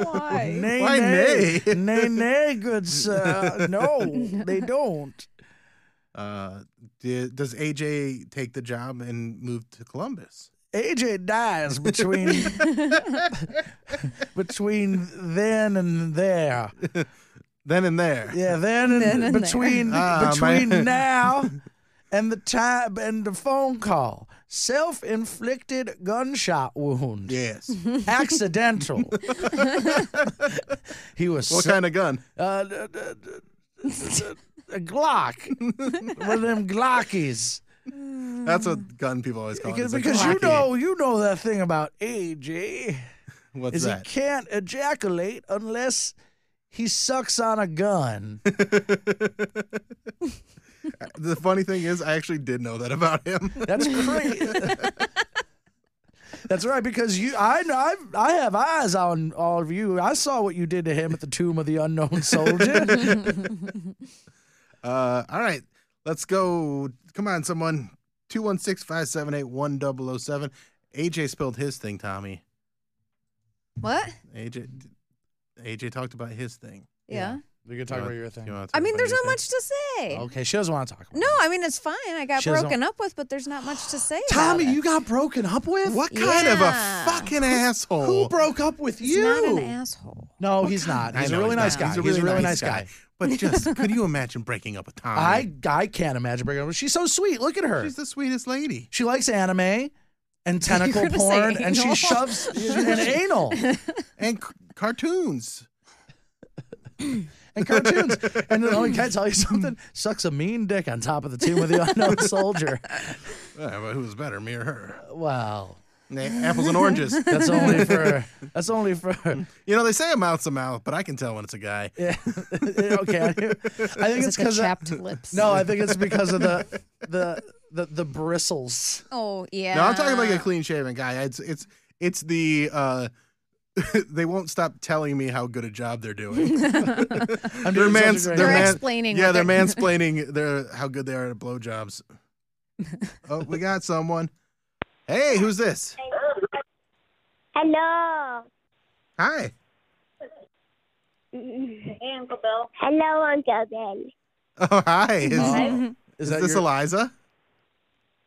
Why?
Nay,
Why
nay.
nay?
nay, nay, good sir. No, they don't.
Uh, di- does AJ take the job and move to Columbus?
AJ dies between between then and there.
Then and there.
Yeah, then and,
Then and there.
between
Ah,
between
man.
now and the time and the phone call. Self-inflicted gunshot wound.
Yes.
Accidental. he was
what
so-
kind of gun?
uh, d- d- d- d- d- a Glock. One of them Glockies.
That's what gun people always call it.
Because,
It's like
because you
Oh, Glocky.
know you know that thing about eh? AJ.
what's
is
that?
he can't ejaculate unless he sucks on a gun.
the funny thing is, I actually did know that about him.
That's great. That's right, because you, I, I, I have eyes on all of you. I saw what you did to him at the Tomb of the Unknown Soldier.
Uh, all right, let's go. Come on, someone. 216 578 1007. AJ spilled his thing, Tommy.
What?
AJ AJ talked about his thing.
Yeah.
We can talk
You
about
wanna-
your
you
thing.
wanna talk
I mean,
about
there's
your
not
thing?
much to say.
Okay, she doesn't want to talk about
No, I mean it's fine. I got
She doesn't-
broken up with, but there's not much to say.
Tommy,
about it.
you got broken up with?
What kind of
Yeah.
a fucking asshole?
Who broke up with
He's
you?
not an asshole.
no, he's not.
I
He's a
know
really nice
not.
guy. He's a really, nice guy.
But just, could you imagine breaking up with Tommy?
I, I can't imagine breaking up. with She's so sweet. Look at her.
She's the sweetest lady.
She likes anime and tentacle
gonna say
porn, and she
anal.
shoves an anal
And c- cartoons.
and cartoons. And then, oh, can I tell you something? Sucks a mean dick on top of the tomb of the unknown soldier.
Uh, but who's better, me or her?
Wow,
Nah, apples and oranges.
that's only for that's only for
You know, they say a mouth's a mouth, but I can tell when it's a guy.
yeah. okay. I, I think
Is
it's
it the
because
chapped lips?
no, I think it's because of the the the, the bristles.
Oh yeah.
No, I'm talking like a clean shaven guy. It's it's it's the uh they won't stop telling me how good a job they're doing.
I'm
They're
doing such a
mans
great
they're
They're
job.
man-
explaining
Yeah,
what
they're
they're-
mansplaining their how good they are at blowjobs. oh, we got someone. Hey, who's this?
Hello.
Hi.
Mm-hmm.
Uncle Bill. Hello, Uncle Bill.
Oh, hi. Is,
Oh,
is
is that
this
your-
Eliza?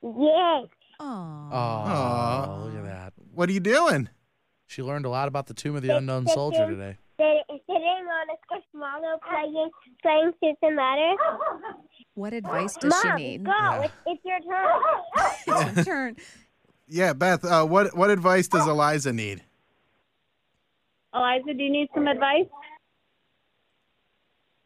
Yes.
Aw.
Oh, look at that.
What are you doing?
She learned a lot about the tomb of the unknown soldier today.
Did, didn't Monica Swallow playing playing Susan Letter?
What advice does
Mom,
she need?
go. It's, it's your turn.
It's your turn.
Yeah, Beth, uh, what what advice does Eliza need?
Eliza, do you need some advice?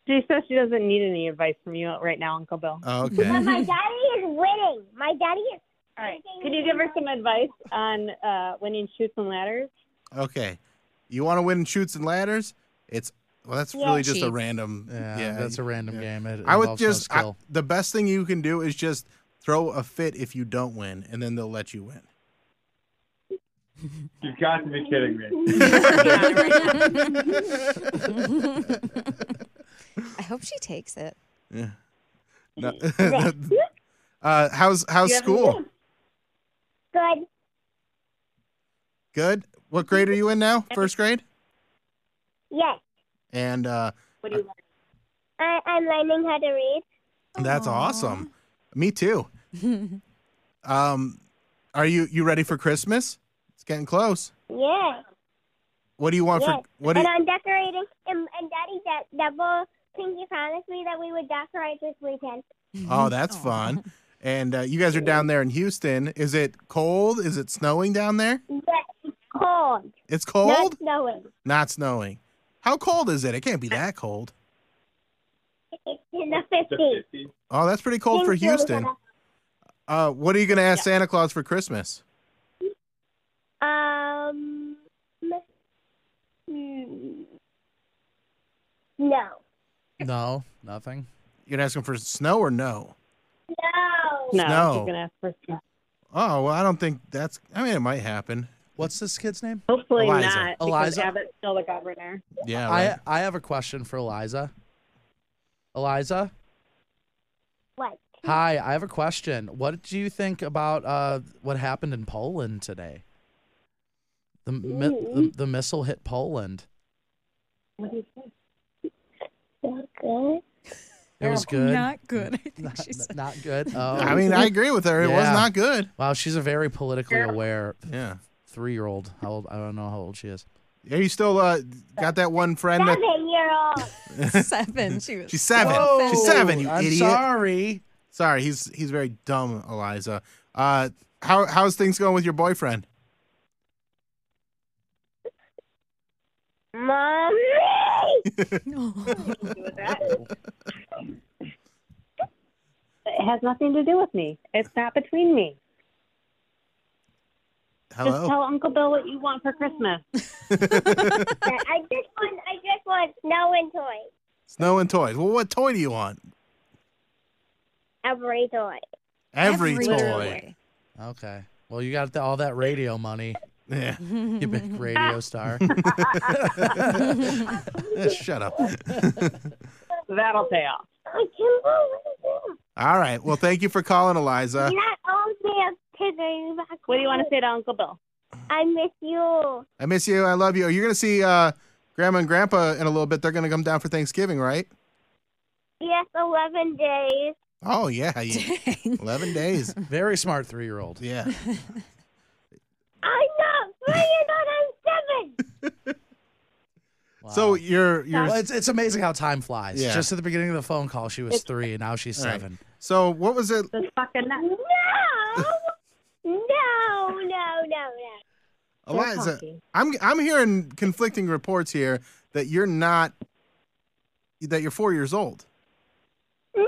She says she doesn't need any advice from you right now, Uncle Bill.
Oh, okay.
But my daddy is winning. My daddy is.
All right. Could you give her some advice on uh, winning shoots and ladders?
Okay. You want to win shoots and ladders? It's well, that's
Yeah,
really just a
cheap.
random.
Yeah, that's a random game. It
I would
involves no
just I-
skill.
the best thing you can do is just throw a fit if you don't win, and then they'll let you win.
You've got to be kidding me.
I hope she takes it.
No. uh, how's how's school?
Good.
Good. What grade are you in now? First grade.
Yes.
And uh,
What do you like?
I, I'm learning how to read.
that's awesome. Me too. um, are you you ready for Christmas? It's getting close.
Yes.
What do you want
Yes.
for what? Do
and
you,
I'm decorating. And, and Daddy de- double pinky promised me that we would decorate this weekend.
Oh, that's fun. And uh, you guys are down there in Houston. Is it cold? Is it snowing down there?
But it's cold.
It's
Not
cold?
snowing.
Not snowing. How cold is it? It can't be that cold.
It's in the 50s.
Oh, that's pretty cold for
Thank you.
Houston. Uh, what are you going to ask Santa Claus for Christmas?
Um. hmm. No.
No, nothing.
You're going to ask him for snow or no?
No.
No,
Snow.
she's gonna ask for snow.
Oh, well, I don't think that's. I mean, it might happen.
What's this kid's name?
Hopefully
Eliza.
not, because
Eliza.
Abbott's still the governor.
Yeah.
I
right.
I have a question for Eliza. Eliza,
What?
hi. I have a question. What do you think about uh, what happened in Poland today? The, mi- the the missile hit Poland.
Okay.
It was good.
Not good. I think
Not,
she said.
not good. Oh.
I mean, I agree with her. It was
Yeah.
not good.
wow, she's a very politically aware
Yeah.
three year old. How old? I don't know how old she is.
Are you still uh, got that one friend that.
seven.
Seven year old.
She was
She's seven. She's seven, you
I'm
idiot.
sorry.
Sorry, he's he's very dumb, Eliza. Uh, how how's things going with your boyfriend?
Mommy.
It has nothing to do with me. It's not between me. Just
Hello.
tell Uncle Bill what you want for Christmas.
I just want. I just want snow and toys.
Snow and toys. Well, what toy do you want?
every toy.
Every,
Every
toy.
toy.
Okay. Well, you got the, all that radio money.
Yeah.
You big radio star.
Eh, Shut up.
That'll pay off.
All right. Well, thank you for calling, Eliza.
Not all day of tickering back.
What do you want to say to Uncle Bill?
I miss you.
I miss you. I love you. You're going to see uh, Grandma and Grandpa in a little bit. They're going to come down for Thanksgiving, right?
Yes, 11 days.
Oh, yeah. you- 11 days.
Very smart three year old.
Yeah.
I'm not three and not I'm seven.
So you're. you're
Well, it's, it's amazing how time flies.
Yeah.
Just at the beginning of the phone call, she was three, and now she's
All right.
seven.
So what was it?
This fucking nut.
No, no, no, no, no.
Eliza,
talking.
I'm I'm hearing conflicting reports here that you're not that you're four years old.
No,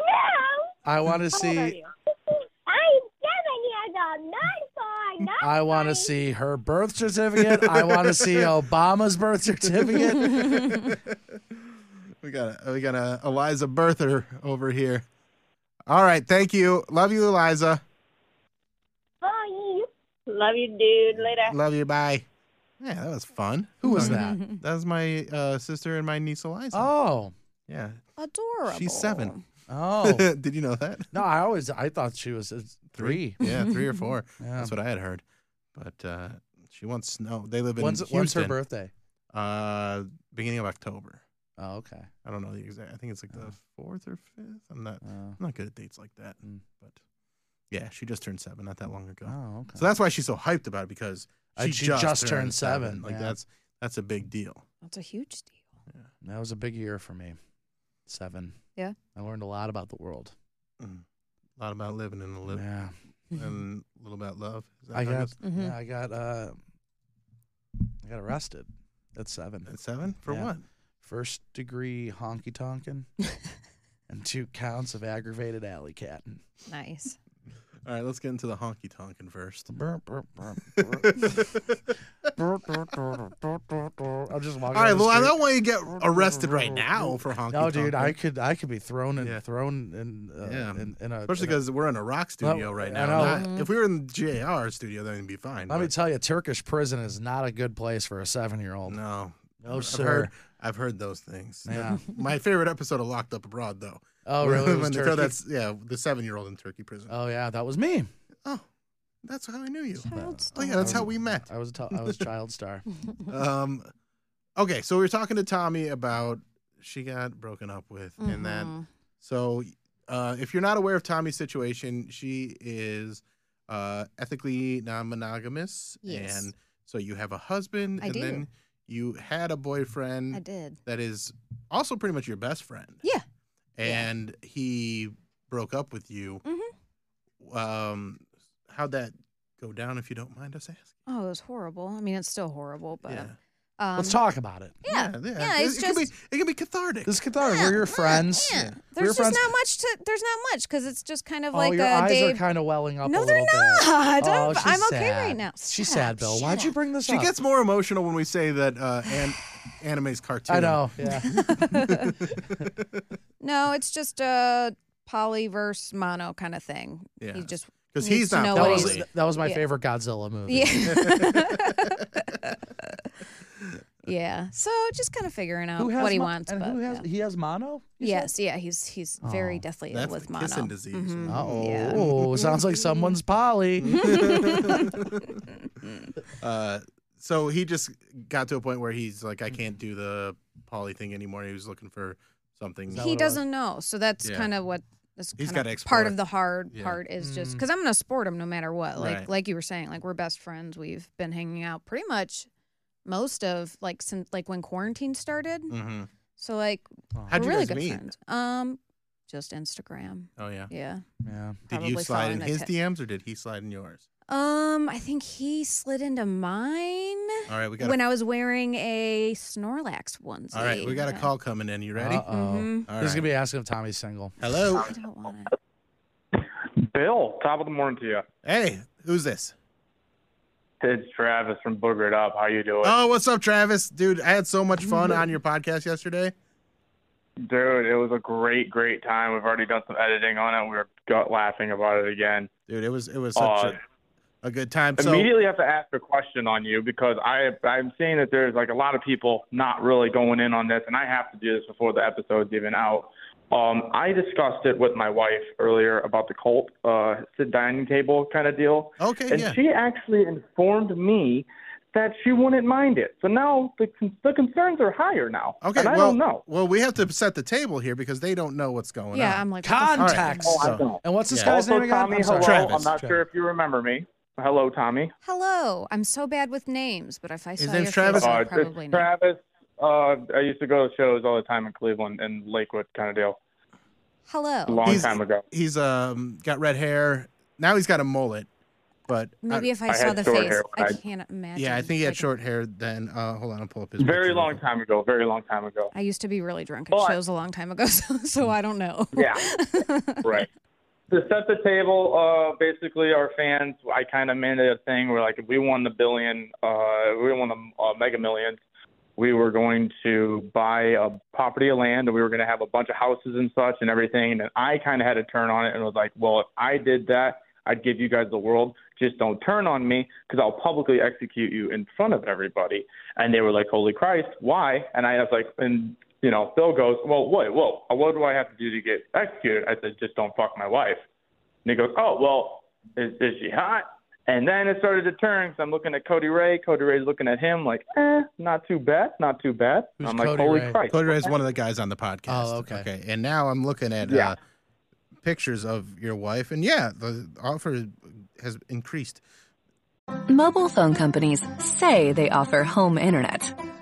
I want to
How old are
see.
you?
I'm seven years old, not four, not
I want to see her birth certificate. I want to see Obama's birth certificate.
We got a, we got a Eliza birther over here. All right, thank you. Love you, Eliza.
four.
Love you, dude. Later.
Love you. Bye. Yeah, that was fun.
Who was that?
That was Mm. my uh, sister and my niece Eliza.
Oh,
Yeah,
Adorable.
she's seven.
oh.
Did you know that?
No, I always I thought she was uh, three.
Yeah, three or four.
Yeah.
That's what I had heard. But uh, she wants snow. They live in
When's,
Houston.
when's her birthday?
Uh, beginning of October.
Oh, okay.
I don't know the exact. I think it's like the fourth or fifth. I'm not.
Oh,
I'm not good at dates like that.
Mm.
But yeah, she just turned seven not that long ago.
oh okay.
So that's why she's so hyped about it because
Uh, she just turned seven,
Like
yeah.
that's that's a big deal.
That's a huge deal.
that was a big year for me. Seven.
Yeah.
I learned a lot about the world.
A lot about living and a little
Yeah.
and a little about love. Is that
I
how it
got.
goes?
Mhm.
Yeah, I got. Uh, I got arrested at seven.
at seven for
Yeah.
what?
First degree honky tonkin', and two counts of aggravated alley catting.
Nice.
All right, let's get into the honky tonkin first.
Burp, burp, burp, burp. Burp, burp, burp, burp, burp, burp. I'm just
All
walking.
right,
down the
well, I
street.
don't want you to get arrested right now for honky
No, dude, I
tonkin'.
could I could be thrown and
Yeah.
thrown in uh,
Yeah.
in, in a.
Especially
in a-
because we're in a rock studio right
I
now.
know.
Not- if we were in the JR studio, then it'd be fine.
let me
but
tell you, Turkish prison is not a good place for a seven year old.
no,
No,
I've
sir.
Heard, I've heard those things.
Yeah.
My favorite episode of Locked Up Abroad, though.
Oh really? It was
when they throw
Turkey?
that's yeah, the seven-year-old in Turkey prison.
Oh yeah, that was me.
oh, that's how I knew you.
Child
Oh yeah,
star.
that's how we met.
I was a t- I was child star.
Um, okay, so we were talking to Tommy about she got broken up with, and that
Mhm.
So, uh, if you're not aware of Tommy's situation, she is uh, ethically non monogamous.
Yes.
And so you have a husband,
I
and
do.
then you had a
I
boyfriend
did.
that is also pretty much your best friend.
Yeah. Yeah.
And he broke up with you.
Mm-hmm.
Um, how'd that go down, if you don't mind us asking?
Oh, it was horrible. I mean, it's still horrible, but
yeah.
um,
Let's talk about it.
Yeah,
yeah.
yeah,
It-
it's
it, can
just-
be, it can be cathartic.
This is cathartic. We're your friends.
Yeah.
We're your
There's just
friends.
not much to. There's not much because it's just kind of
oh,
like
your
a
eyes
Dave.
are kind of welling up.
no,
a
they're
little bit.
not.
Oh,
I'm,
she's
I'm okay
sad.
right now.
She's
Shut
sad,
up,
Bill.
shut
Why'd you
up.
bring this
she
up?
gets more emotional when we say that uh, an, anime's cartoon.
I know. Yeah.
No, it's just a polyverse mono kind of thing.
Yeah.
You just
Because
Needs
he's
to
not
know
that
what
poly.
he's-
was that was my
Yeah.
favorite Godzilla movie.
yeah. yeah. So just kind of figuring out
Who has
what he
mo-
wants.
And
but,
who has
yeah.
he has mono? you said?
Yes, yeah, he's he's very
Oh,
deathly ill
That's
with
the
mono.
kissing disease.
Mhm.
Oh,
Yeah.
sounds like someone's
Mm-hmm.
poly.
Uh, so he just got to a point where he's like, I can't do the poly thing anymore. He was looking for something.
Is that
he
what it was?
doesn't know. So that's
Yeah.
kind of what that's
He's
kind
gotta
of
explore
part
it.
of the hard
Yeah.
part is just
Mm.
because I'm gonna support him no matter what. Like
Right.
like you were saying, like we're best friends. We've been hanging out pretty much most of like since like when quarantine started.
hmm
So like
How'd you
we're really
guys
good
meet?
friends. Um, just Instagram.
Oh yeah.
Yeah.
Yeah.
Did you
Probably
slide in
following the
his
tip.
DMs or did he slide in yours?
Um, I think he slid into mine
All right, we got.
when
A,
I was wearing a Snorlax onesie.
all right, we got a
Yeah.
call coming in. You ready?
Uh-oh.
Mhm.
All
This is
right.
gonna be asking if Tommy's single.
Hello.
I don't want it.
Bill, top of the morning to you.
Hey, who's this?
It's Travis from Booger It Up. How you doing?
Oh, what's up, Travis? Dude, I had so much fun on your podcast yesterday.
Dude, it was a great, great time. We've already done some editing on it. We were gut laughing about it again.
Dude, it was it was such
Uh,
a, a good time. So
Immediately have to ask a question on you because I I'm seeing that there's like a lot of people not really going in on this, and I have to do this before the episode's even out. Um, I discussed it with my wife earlier about the cult uh, sit dining table kind of deal.
Okay,
and
yeah.
she actually informed me that she wouldn't mind it. So now the con- the concerns are higher now.
okay,
and I
well,
don't know.
well, we have to set the table here because they don't know what's going on.
Yeah, I'm like, what the fuck?
Contacts.
Oh, I don't.
And what's this
Yeah.
guy's
also,
name again?
Tommy,
I'm
hello.
sorry.
I'm not sure if you remember me. Hello, Tommy.
Hello. I'm so bad with names, but if I saw
name's
your
Travis?
face,
Uh,
I
it's
probably know.
Travis. Uh, I used to go to shows all the time in Cleveland and Lakewood, kind of deal. A
Hello.
long
He's-
time ago.
He's um got red hair. Now he's got a mullet, but I-
Maybe if I,
I
saw
had
the
short
face,
hair when
I
I-
can't imagine.
yeah, I think he had
Like,
short hair then. Uh, hold on, I'll pull up his
Very
picture.
long time ago. Very long time ago.
I used to be really drunk at
But-
shows a long time ago, so, so I don't know.
Yeah. right. To set the table, uh, basically our fans, I kind of made it a thing where like if we won the billion, uh, we won the uh, mega millions, we were going to buy a property of land and we were going to have a bunch of houses and such and everything. And I kind of had a turn on it and was like, well, if I did that, I'd give you guys the world. Just don't turn on me because I'll publicly execute you in front of everybody. And they were like, holy Christ, why? And I was like, and you know, Bill goes, well, wait, whoa, what do I have to do to get executed? I said, just don't fuck my wife. And he goes, oh, well, is, is she hot? And then it started to turn. So I'm looking at Cody Ray. Cody Ray's looking at him like, eh, not too bad, not too bad.
Who's
I'm like,
Cody
holy
Ray?
Christ.
Cody Ray is one of the guys on the podcast.
Oh, okay.
Okay, and now I'm looking at
Yeah.
uh, pictures of your wife, and yeah, the offer has increased.
Mobile phone companies say they offer home internet.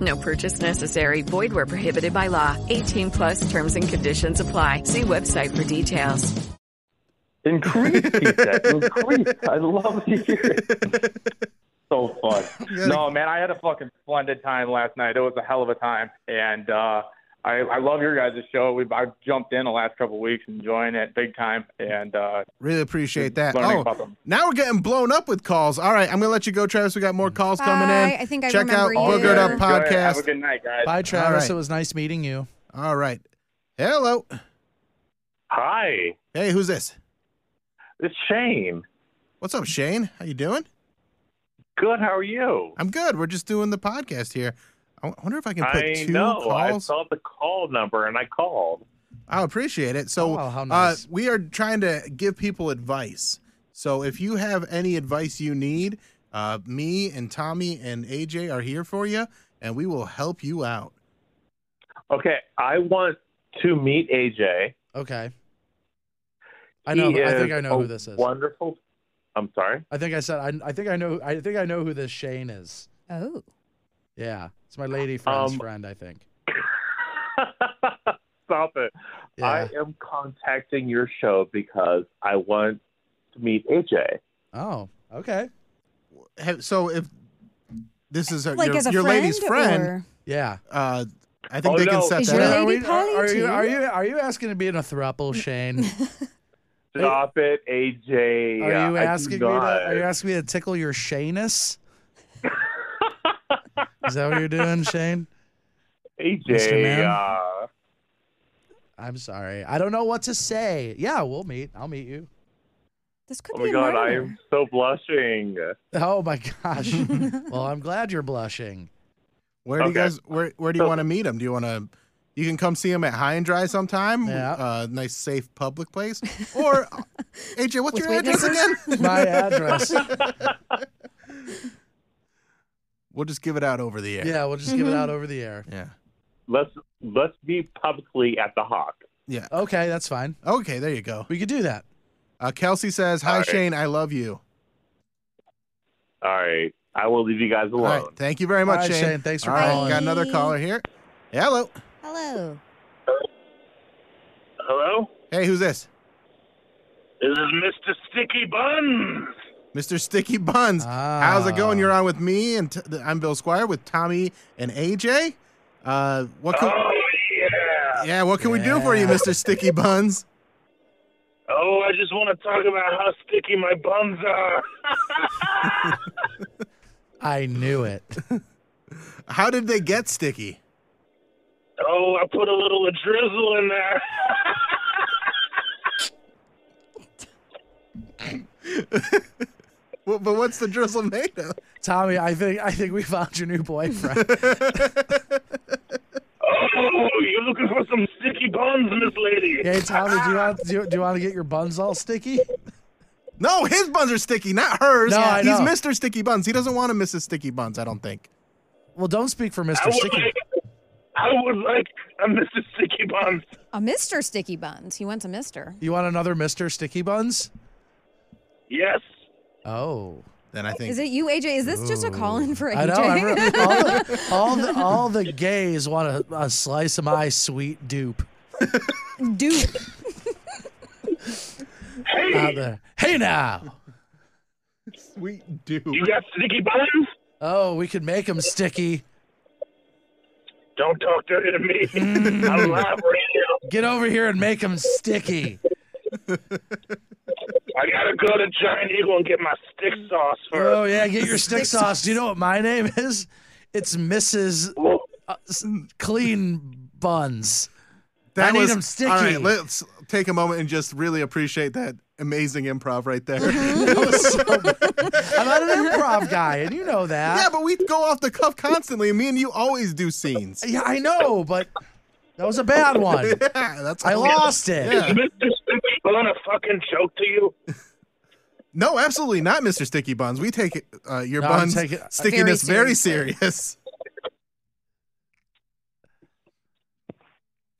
No purchase necessary. Void where prohibited by law. 18 plus terms and conditions apply. See website for details.
Increase, he said. Increase. I love to hear it. So fun. No, man, I had a fucking splendid time last night. It was a hell of a time, and uh, I, I love your guys' show. We've I've jumped in the last couple of weeks, enjoying it big time, and uh,
Really appreciate that.
learning
Oh,
about them.
now we're getting blown up with calls. All right, I'm gonna let you go, Travis. We got more calls coming
Bye.
in.
I think I
Check out
remember you.
Boogered Up
Go ahead. Have a
podcast.
good night, guys.
Bye, Travis.
right.
It was nice meeting you.
All right, hello.
Hi,
Hey, who's this?
it's Shane.
What's up, Shane? How you doing?
Good. How are you?
I'm good. We're just doing the podcast here. I wonder if I can put
I
two
know. I
calls.
saw the call number and I called.
I appreciate it. So
Oh, how nice.
uh, we are trying to give people advice. So if you have any advice you need, uh, me and Tommy and AJ are here for you, and we will help you out.
Okay, I want to meet AJ.
Okay. I know.
He
I think
is
I know
a
who this is.
Wonderful. I'm sorry.
I think I said. I, I think I know. I think I know who this Shane is.
Oh.
Yeah, it's my lady friend's
Um,
friend. I think.
Stop it. I am contacting your show because I want to meet AJ.
Oh, okay.
Have- So if this is a,
Like
your,
as a
your lady's friend,
friend, or- Yeah.
uh, I think they can set
Is
that
your
up.
lady Polly, are you are you are you asking to be in a throuple, Shane?
Stop it, AJ.
Are you
I do
asking me to?
not.
Are you asking me to tickle your Shanus? Is that what you're doing, Shane? Mr. Man?
AJ? Uh,
I'm sorry. I don't know what to say. Yeah, we'll meet. I'll meet you.
This could
oh my god, I am so blushing.
Oh my gosh. well, I'm glad you're blushing.
Where do you
Okay.
guys? Where Where do you
So-
want to meet him? Do you want to? You can come see him at High and Dry sometime.
Yeah.
Uh, nice, safe public place. Or uh, AJ, what's
With
your address
witnesses?
again?
My address.
We'll just give it out over the air.
Yeah, we'll just give it out over the air.
Yeah.
Let's let's be publicly at the hawk.
Yeah.
Okay, that's fine.
Okay, there you go.
We could do that.
Uh, Kelsey says, "Hi,
All right.
Shane. I love you."
All right, I will leave you guys alone.
All right. Thank you very much,
All right,
Shane.
Shane, thanks for
All right,
calling.
Got another caller here. Yeah, hello.
Hello.
Hello?
Hey, who's this?
This is Mr. Sticky Bun.
Mr. Sticky Buns.
Ah.
How's it going? You're on with me, and t- I'm Bill Squire with Tommy and AJ. Uh, what can?
Oh, yeah.
yeah, what can we do for you, Mr. Sticky Buns?
Oh, I just want to talk about how sticky my buns are.
I knew it.
How did they get sticky?
Oh, I put a little of drizzle in there.
Well, but what's the drizzle made of?
Tommy, I think I think we found your new boyfriend.
Oh, you're looking for some sticky buns, Miss Lady.
hey, Tommy, do you want do you, do you want to get your buns all sticky?
No, his buns are sticky, not hers.
No, I know.
He's Mr. Sticky Buns. He doesn't want to miss his sticky buns, I don't think.
Well, don't speak for
I
Mr.
would
Sticky.
like- I would like a Mr. Sticky Buns.
A Mr. Sticky Buns. He went to Mr.
You want another Mr. Sticky Buns?
Yes.
Oh.
Then I think
Is it you, AJ? Is this just a call in for AJ?
I know. everyone- all, the, all, the, all the gays want a, a slice of my sweet dupe.
dupe.
Out there. Hey now.
Sweet dupe.
You got sticky buns?
Oh, we could make them sticky.
Don't talk dirty to
Mm.
me. I'm live right
Get over here and make them sticky.
now. I gotta go to Giant Eagle and get my stick sauce first.
Oh yeah, get your stick sauce. Do you know what my name is? It's Mrs. uh, s- Clean Buns. I need 'em sticky.
All right, let's take a moment and just really appreciate that amazing improv right there.
That was so bad. I'm not an improv guy, and you know that.
yeah, but we go off the cuff constantly. Me and you always do scenes.
Yeah, I know, but that was a bad one.
yeah, that's
I lost it.
Yeah.
Is Mr. Sticky Bun a fucking joke to you?
No, absolutely not, Mr. Sticky Buns. We take it, uh, your
No, I
buns
take it-
stickiness
Very
very serious.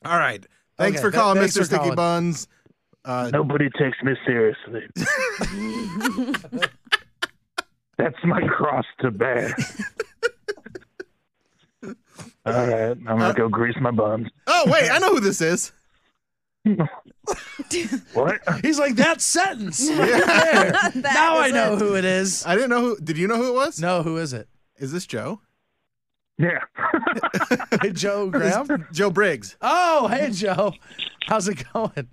All right. Thanks
Okay,
for
th-
calling,
thanks
Mr.
for
Sticky
calling.
Buns. Uh,
Nobody takes me seriously. That's my cross to bear. All right, I'm
Uh,
gonna go grease my buns.
Oh wait, I know who this is.
what?
He's like that sentence. right there. now I know who it is.
I didn't know who. Did you know who it was?
No, who is it?
Is this Joe?
Yeah.
Joe
This is
Graham.
Joe Briggs.
Oh, hey Joe, how's it going?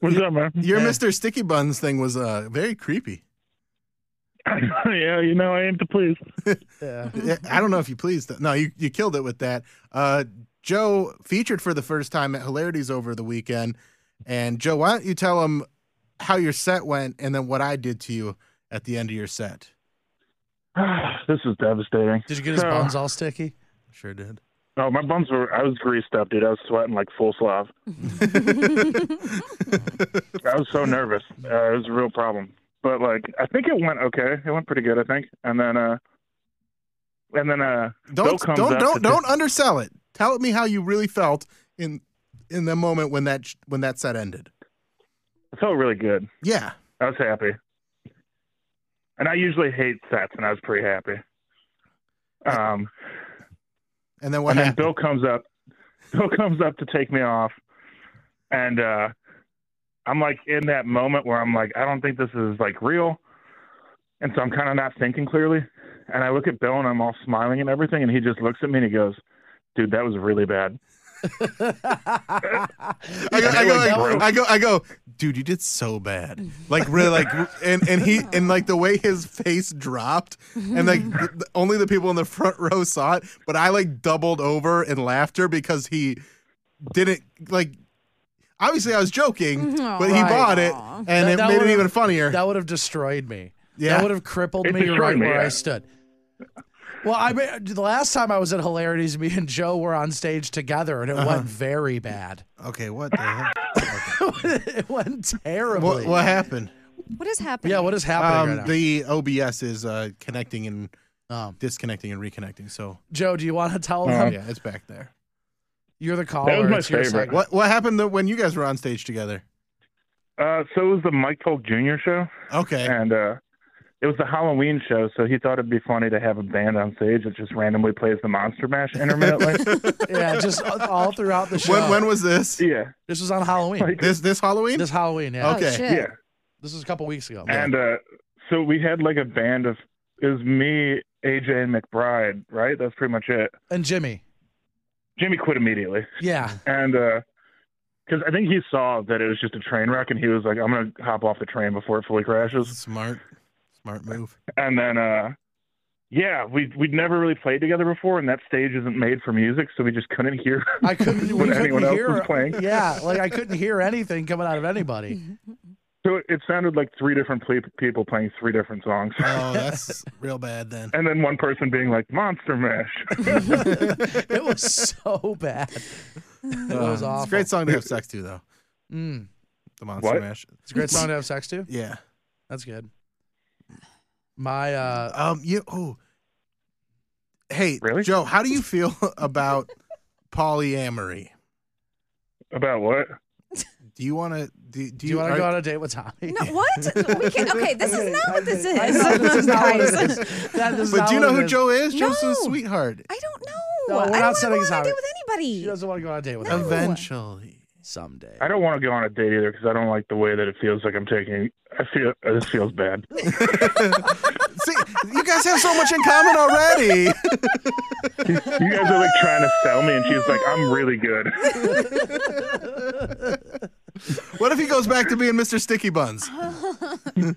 What's up, man?
Your Mr. Sticky Buns thing was uh, very creepy.
yeah, you know I aim to please.
Yeah.
I don't know if you pleased. No, you, you killed it with that. Uh, Joe featured for the first time at Hilarities over the weekend. And Joe, why don't you tell him how your set went and then what I did to you at the end of your set?
this is devastating.
Did you get his
So-
buns all sticky?
Sure did.
Oh, my buns were. I was greased up, dude. I was sweating like full slav. I was so nervous. Uh, it was a real problem. But like, I think it went okay. It went pretty good, I think. And then, uh, and then, uh, Bill
Don't
comes
don't
up to
don't,
do-
don't undersell it. Tell me how you really felt in in the moment when that sh- when that set ended.
It felt really good.
Yeah.
I was happy. And I usually hate sets, and I was pretty happy. Um,
and then what
and Then Bill comes up. Bill comes up to take me off, and uh, I'm like in that moment where I'm like, I don't think this is like real, and so I'm kind of not thinking clearly. And I look at Bill, and I'm all smiling and everything, and he just looks at me and he goes, "Dude, that was really bad."
I go,
And
I
it
go,
was
like,
gross.
I go, I go, dude, you did so bad. Mm-hmm. Like really, like, and and he and like the way his face dropped, and like th- th- only the people in the front row saw it, but I like doubled over in laughter because he didn't like. Obviously, I was joking, but he
Right.
bought it, and
That-
it
that
made it
would've-
even funnier.
That would have destroyed me.
Yeah.
That would have crippled
It
me
destroyed
right
me,
where I
yeah.
stood. Well, I mean, the last time I was at Hilarities, me and Joe were on stage together, and it
Uh-huh.
went very bad.
Okay, what the heck?
it went terribly.
What, what happened?
What is happening?
Yeah, what is happening
Um,
right now?
the OBS is uh, connecting and
Oh.
disconnecting and reconnecting. So
Joe, do you want to tell
Oh, yeah,
them?
it's back there.
You're the caller. it's your segment.
What what happened to when you guys were on stage together?
Uh, so it was the Mike Polk Jr. show.
Okay.
And uh, it was the Halloween show, so he thought it'd be funny to have a band on stage that just randomly plays the Monster Mash intermittently.
yeah, just all throughout the show.
When when was this?
Yeah.
This was on Halloween.
This this Halloween? Oh,
This Halloween,
Oh,
yeah.
Okay.
Yeah.
This was a couple weeks ago.
And uh, so we had like a band of it was me, AJ, and McBride. Right. That's pretty much it.
and Jimmy.
Jimmy quit immediately.
Yeah.
And because I think he saw that it was just a train wreck, and he was like, "I'm gonna hop off the train before it fully crashes."
Smart, smart move.
And then, uh, yeah, we we'd never really played together before, and that stage isn't made for music, so we just couldn't hear.
I couldn't.
what
we
anyone
couldn't
else
hear.
was playing.
Yeah, like I couldn't hear anything coming out of anybody.
So it- it sounded like three different ple- people playing three different songs.
Oh, that's real bad then.
and then one person being like Monster Mash.
It was so bad. It was
Uh,
awful.
It's a great song to have sex to though.
Mm.
The Monster
What?
Mash.
It's a great song to have sex to.
Yeah.
That's good. My uh
um you oh Hey, Joe, how do you feel about polyamory?
About what?
Do you want to do, do
Do you want
are-
to go on a date with Tommy?
No, what? We can't, okay, this is not what this is.
I know this is not what it is. That is
But
not
do you
what
know
it
who
is.
Joe is?
No.
Joseph's sweetheart.
No,
I
we're
don't
not
wanna
setting
go on a
Tommy.
date with anybody.
She doesn't want to go on a date with him.
Eventually.
Someday.
I don't want to go on a date either because I don't like the way that it feels like I'm taking. I feel uh, this feels bad.
See, you guys have so much in common already.
You guys are like trying to sell me, and she's like, "I'm really good."
what if he goes back to being Mr. Sticky Buns?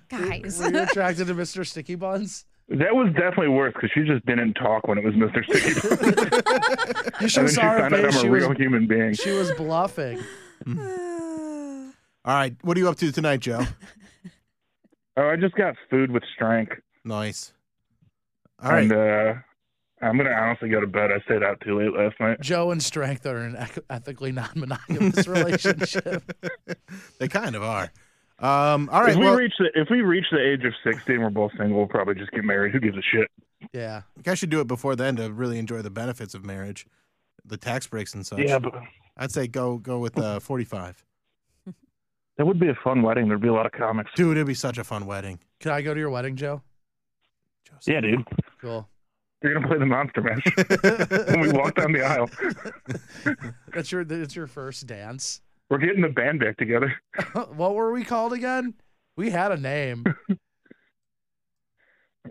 Guys.
Were you attracted to Mr. Sticky Buns?
That was definitely worse because she just didn't talk when it was Mister Sticky.
You
and then
should have
she
saw her
found out
face.
I'm
She
a real
was,
human being.
she was bluffing.
All right, what are you up to tonight, Joe?
Oh, I just got food with Strank.
Nice. All right.
and uh, I'm gonna honestly go to bed. I stayed out too late last night.
Joe and Strength are in an ec- ethically non-monogamous relationship.
They kind of are. Um, all right.
If we
Well,
reach the if we reach the age of sixty and we're both single, we'll probably just get married. Who gives a shit?
yeah.
you guys should do it before then to really enjoy the benefits of marriage, the tax breaks and such.
Yeah, but-
I'd say go go with uh, 45.
That would be a fun wedding. There'd be a lot of comics.
Dude, it'd be such a fun wedding.
Can I go to your wedding, Joe?
Yeah, dude.
Cool.
You're gonna play the monster mash when we walk down the aisle.
That's your that's your first dance.
We're getting the band back together.
what were we called again? We had a name.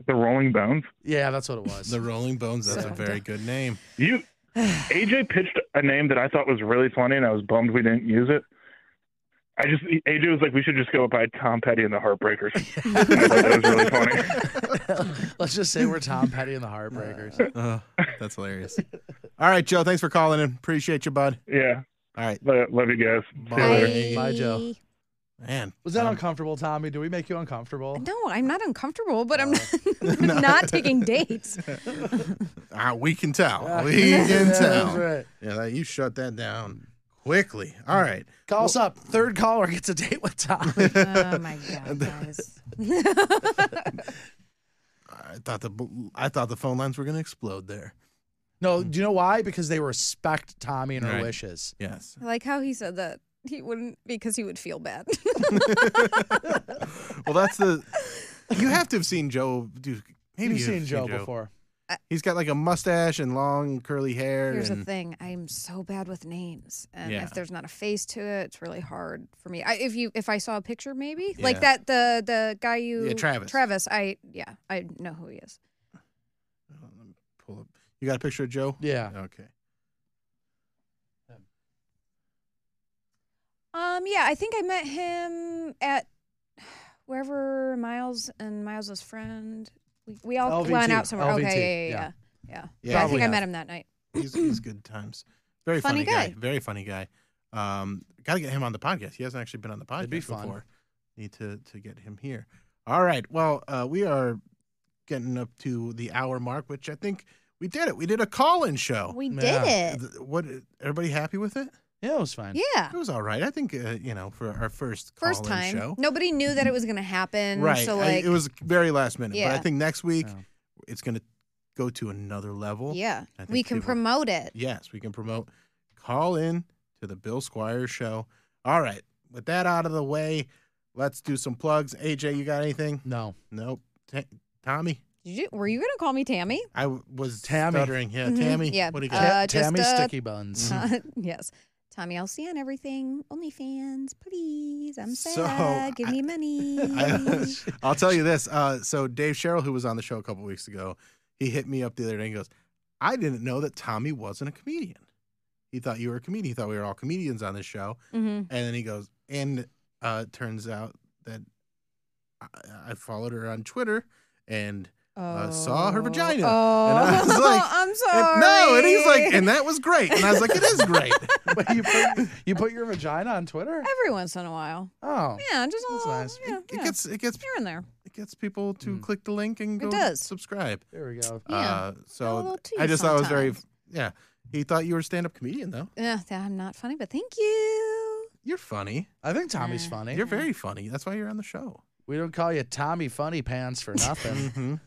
The Rolling Bones.
Yeah, that's what it was.
The Rolling Bones. That's a very good name.
You, AJ pitched a name that I thought was really funny, and I was bummed we didn't use it. I just AJ was like, we should just go by Tom Petty and the Heartbreakers. I thought that was really funny.
Let's just say we're Tom Petty and the Heartbreakers.
Uh, that's hilarious. All right, Joe. Thanks for calling in. Appreciate you, bud.
Yeah.
All right.
Love you guys.
Bye. Bye, Joe.
Man, um,
Was that uncomfortable, Tommy? Do we make you uncomfortable?
No, I'm not uncomfortable, but I'm not, not taking dates.
ah, we can tell.
Yeah.
We can
Yeah, that's
tell.
right.
Yeah, that- you shut that down quickly. All right.
Call us up. Third caller gets a date with Tommy.
Oh my god, guys.
I thought the I thought the phone lines were going to explode there.
no, do you know why? Because they respect Tommy and her
Right.
wishes.
Yes.
I like how he said that he wouldn't because he would feel bad.
Well, that's the. You have to have seen Joe. Do maybe
You've
you've
seen Joe before.
He's got like a mustache and long curly hair.
Here's the
and,
thing: I'm so bad with names, and
Yeah.
if there's not a face to it, it's really hard for me. I, if you, if I saw a picture, maybe like
Yeah.
that, the the guy you,
Yeah, Travis.
Travis, I yeah, I know who he is.
Pull up. You got a picture of Joe?
Yeah.
Okay.
Um, yeah, I think I met him at wherever Miles and Miles's friend. We, we all
LVT,
went out somewhere.
LVT,
Okay,
yeah.
yeah, yeah, yeah,
Yeah,
yeah. I think
Probably
I
have.
met him that night.
He's, he's good times. Very funny,
Funny
guy.
guy.
Very funny guy. Um, got to get him on the podcast. He hasn't actually been on the podcast
That'd be fun.
before. Need to to get him here. All right. Well, uh, we are getting up to the hour mark, which I think we did it. We did a call-in show.
We did Yeah. it.
Th- What? Everybody happy with it?
Yeah, it was fine.
Yeah,
It was all right. I think uh, you know for our first
first
call-in
time.
show.
Nobody knew that it was gonna happen.
right.
So
I-
like,
it was very last minute, but I
Yeah.
think next week it's going to go to another level.
Yeah.
I think
We can
people-
promote it.
Yes, we can promote. Call in to the Bill Squire Show. All right. With that out of the way, let's do some plugs. AJ, you got anything?
No.
Nope. Ta- Tommy,
Did you, were you going to call me Tammy?
I w- was
Tammy.
stuttering. Yeah,
Mhm.
Tammy.
Yeah.
What do you got? Mm-hmm.
uh, just, uh,
buns.
uh, yes. Tommy LC on everything. OnlyFans, please. I'm
So,
sad. Give me money.
I, I'll tell you this. Uh, so Dave Sherrill, who was on the show a couple weeks ago, he hit me up the other day and goes, "I didn't know that Tommy wasn't a comedian. He thought you were a comedian. He thought we were all comedians on this show."
Mhm.
And then he goes, "And uh, it turns out that I, I followed her on Twitter and." Uh, saw her vagina, and I was
Oh.
like,
I'm
and- no, and he's like,
sorry.
and that was great, and I was like, it is great.
Wait, you, put, you put your vagina on Twitter?
Every once in a while.
Oh.
Yeah, just a
That's
little.
nice.
Yeah,
It gets, it gets,
here and there.
it gets people to
Hmm.
click the link and
It
go
does.
subscribe.
There we go.
Uh,
Got a
so
little
th-
tea
I just thought it was very,
sometimes.
yeah. He thought you were a stand-up comedian, though.
Yeah, th- I'm not funny, but thank you.
You're funny.
I think Tommy's funny.
You're very funny. That's why you're on the show. Mm-hmm.
We don't call you Tommy Funny Pants for nothing.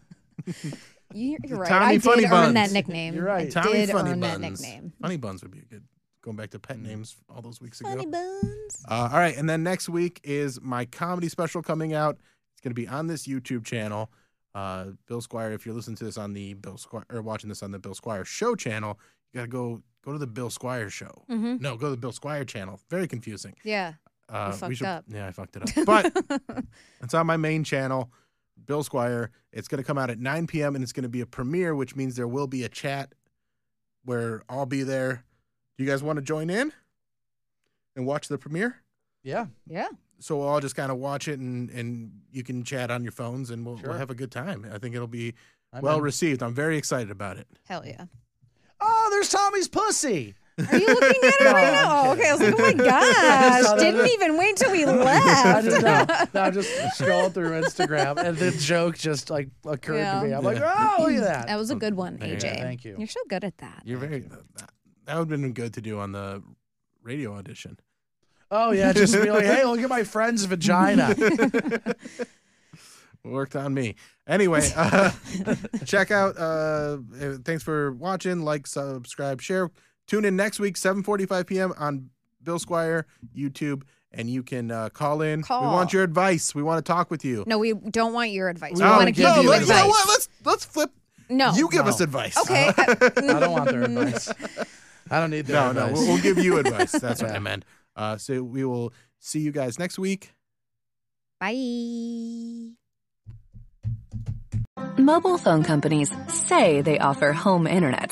You're, you're right.
Tommy
I
Funny
did
Buns.
earn that nickname.
You're right.
I
Tommy
did
Funny
earn
Buns.
that nickname.
Funny Buns would be a good. Going back to pet names all those weeks ago.
Funny Buns.
Uh, all right, and then next week is my comedy special coming out. It's going to be on this YouTube channel. Uh, Bill Squire, if you're listening to this on the Bill Squire or watching this on the Bill Squire Show channel, you got to go go to the Bill Squire Show.
Mhm.
No, go to the Bill Squire channel. Very confusing.
Yeah.
Uh,
you fucked
we should,
up.
Yeah, I fucked it up. But it's on my main channel, Bill Squire. It's going to come out at 9 p.m. and it's going to be a premiere, which means there will be a chat where I'll be there. Do you guys want to join in and watch the premiere?
Yeah.
Yeah.
so we'll all just kind of watch it and and you can chat on your phones and we'll,
Sure.
we'll have a good time. I think it'll be
I'm
well
in.
received. I'm very excited about it.
Hell yeah.
Oh, there's Tommy's pussy.
Are you looking at it right now? Okay, I was like, oh my gosh. Didn't even wait till we
I
left.
just know. No, I'm just scrolling through Instagram, and the joke just like occurred to me. I'm like, oh, look at that.
That was a good one,
There you
AJ.
go.
Thank you.
You're so good at that.
You're very that, that would have been good to do on the radio audition.
Oh yeah, just be like, hey, look at my friend's vagina.
Worked on me. Anyway, uh, check out. Uh, uh, thanks for watching. Like, subscribe, share. Tune in next week, 7:45 p.m. on Bill Squire YouTube, and you can uh, call in. We
Call.
want your advice. We want to talk with you.
No, we don't want your advice. We
No,
want to give
no,
you
let's-
advice.
you know what? Let's let's flip.
no.
You give us advice.
Okay.
I don't want their advice. I don't need their
no,
advice.
no, we'll, we'll give you advice. That's what
Yeah.
I meant. Uh, so we will see you guys next week.
Bye.
Mobile phone companies say they offer home internet.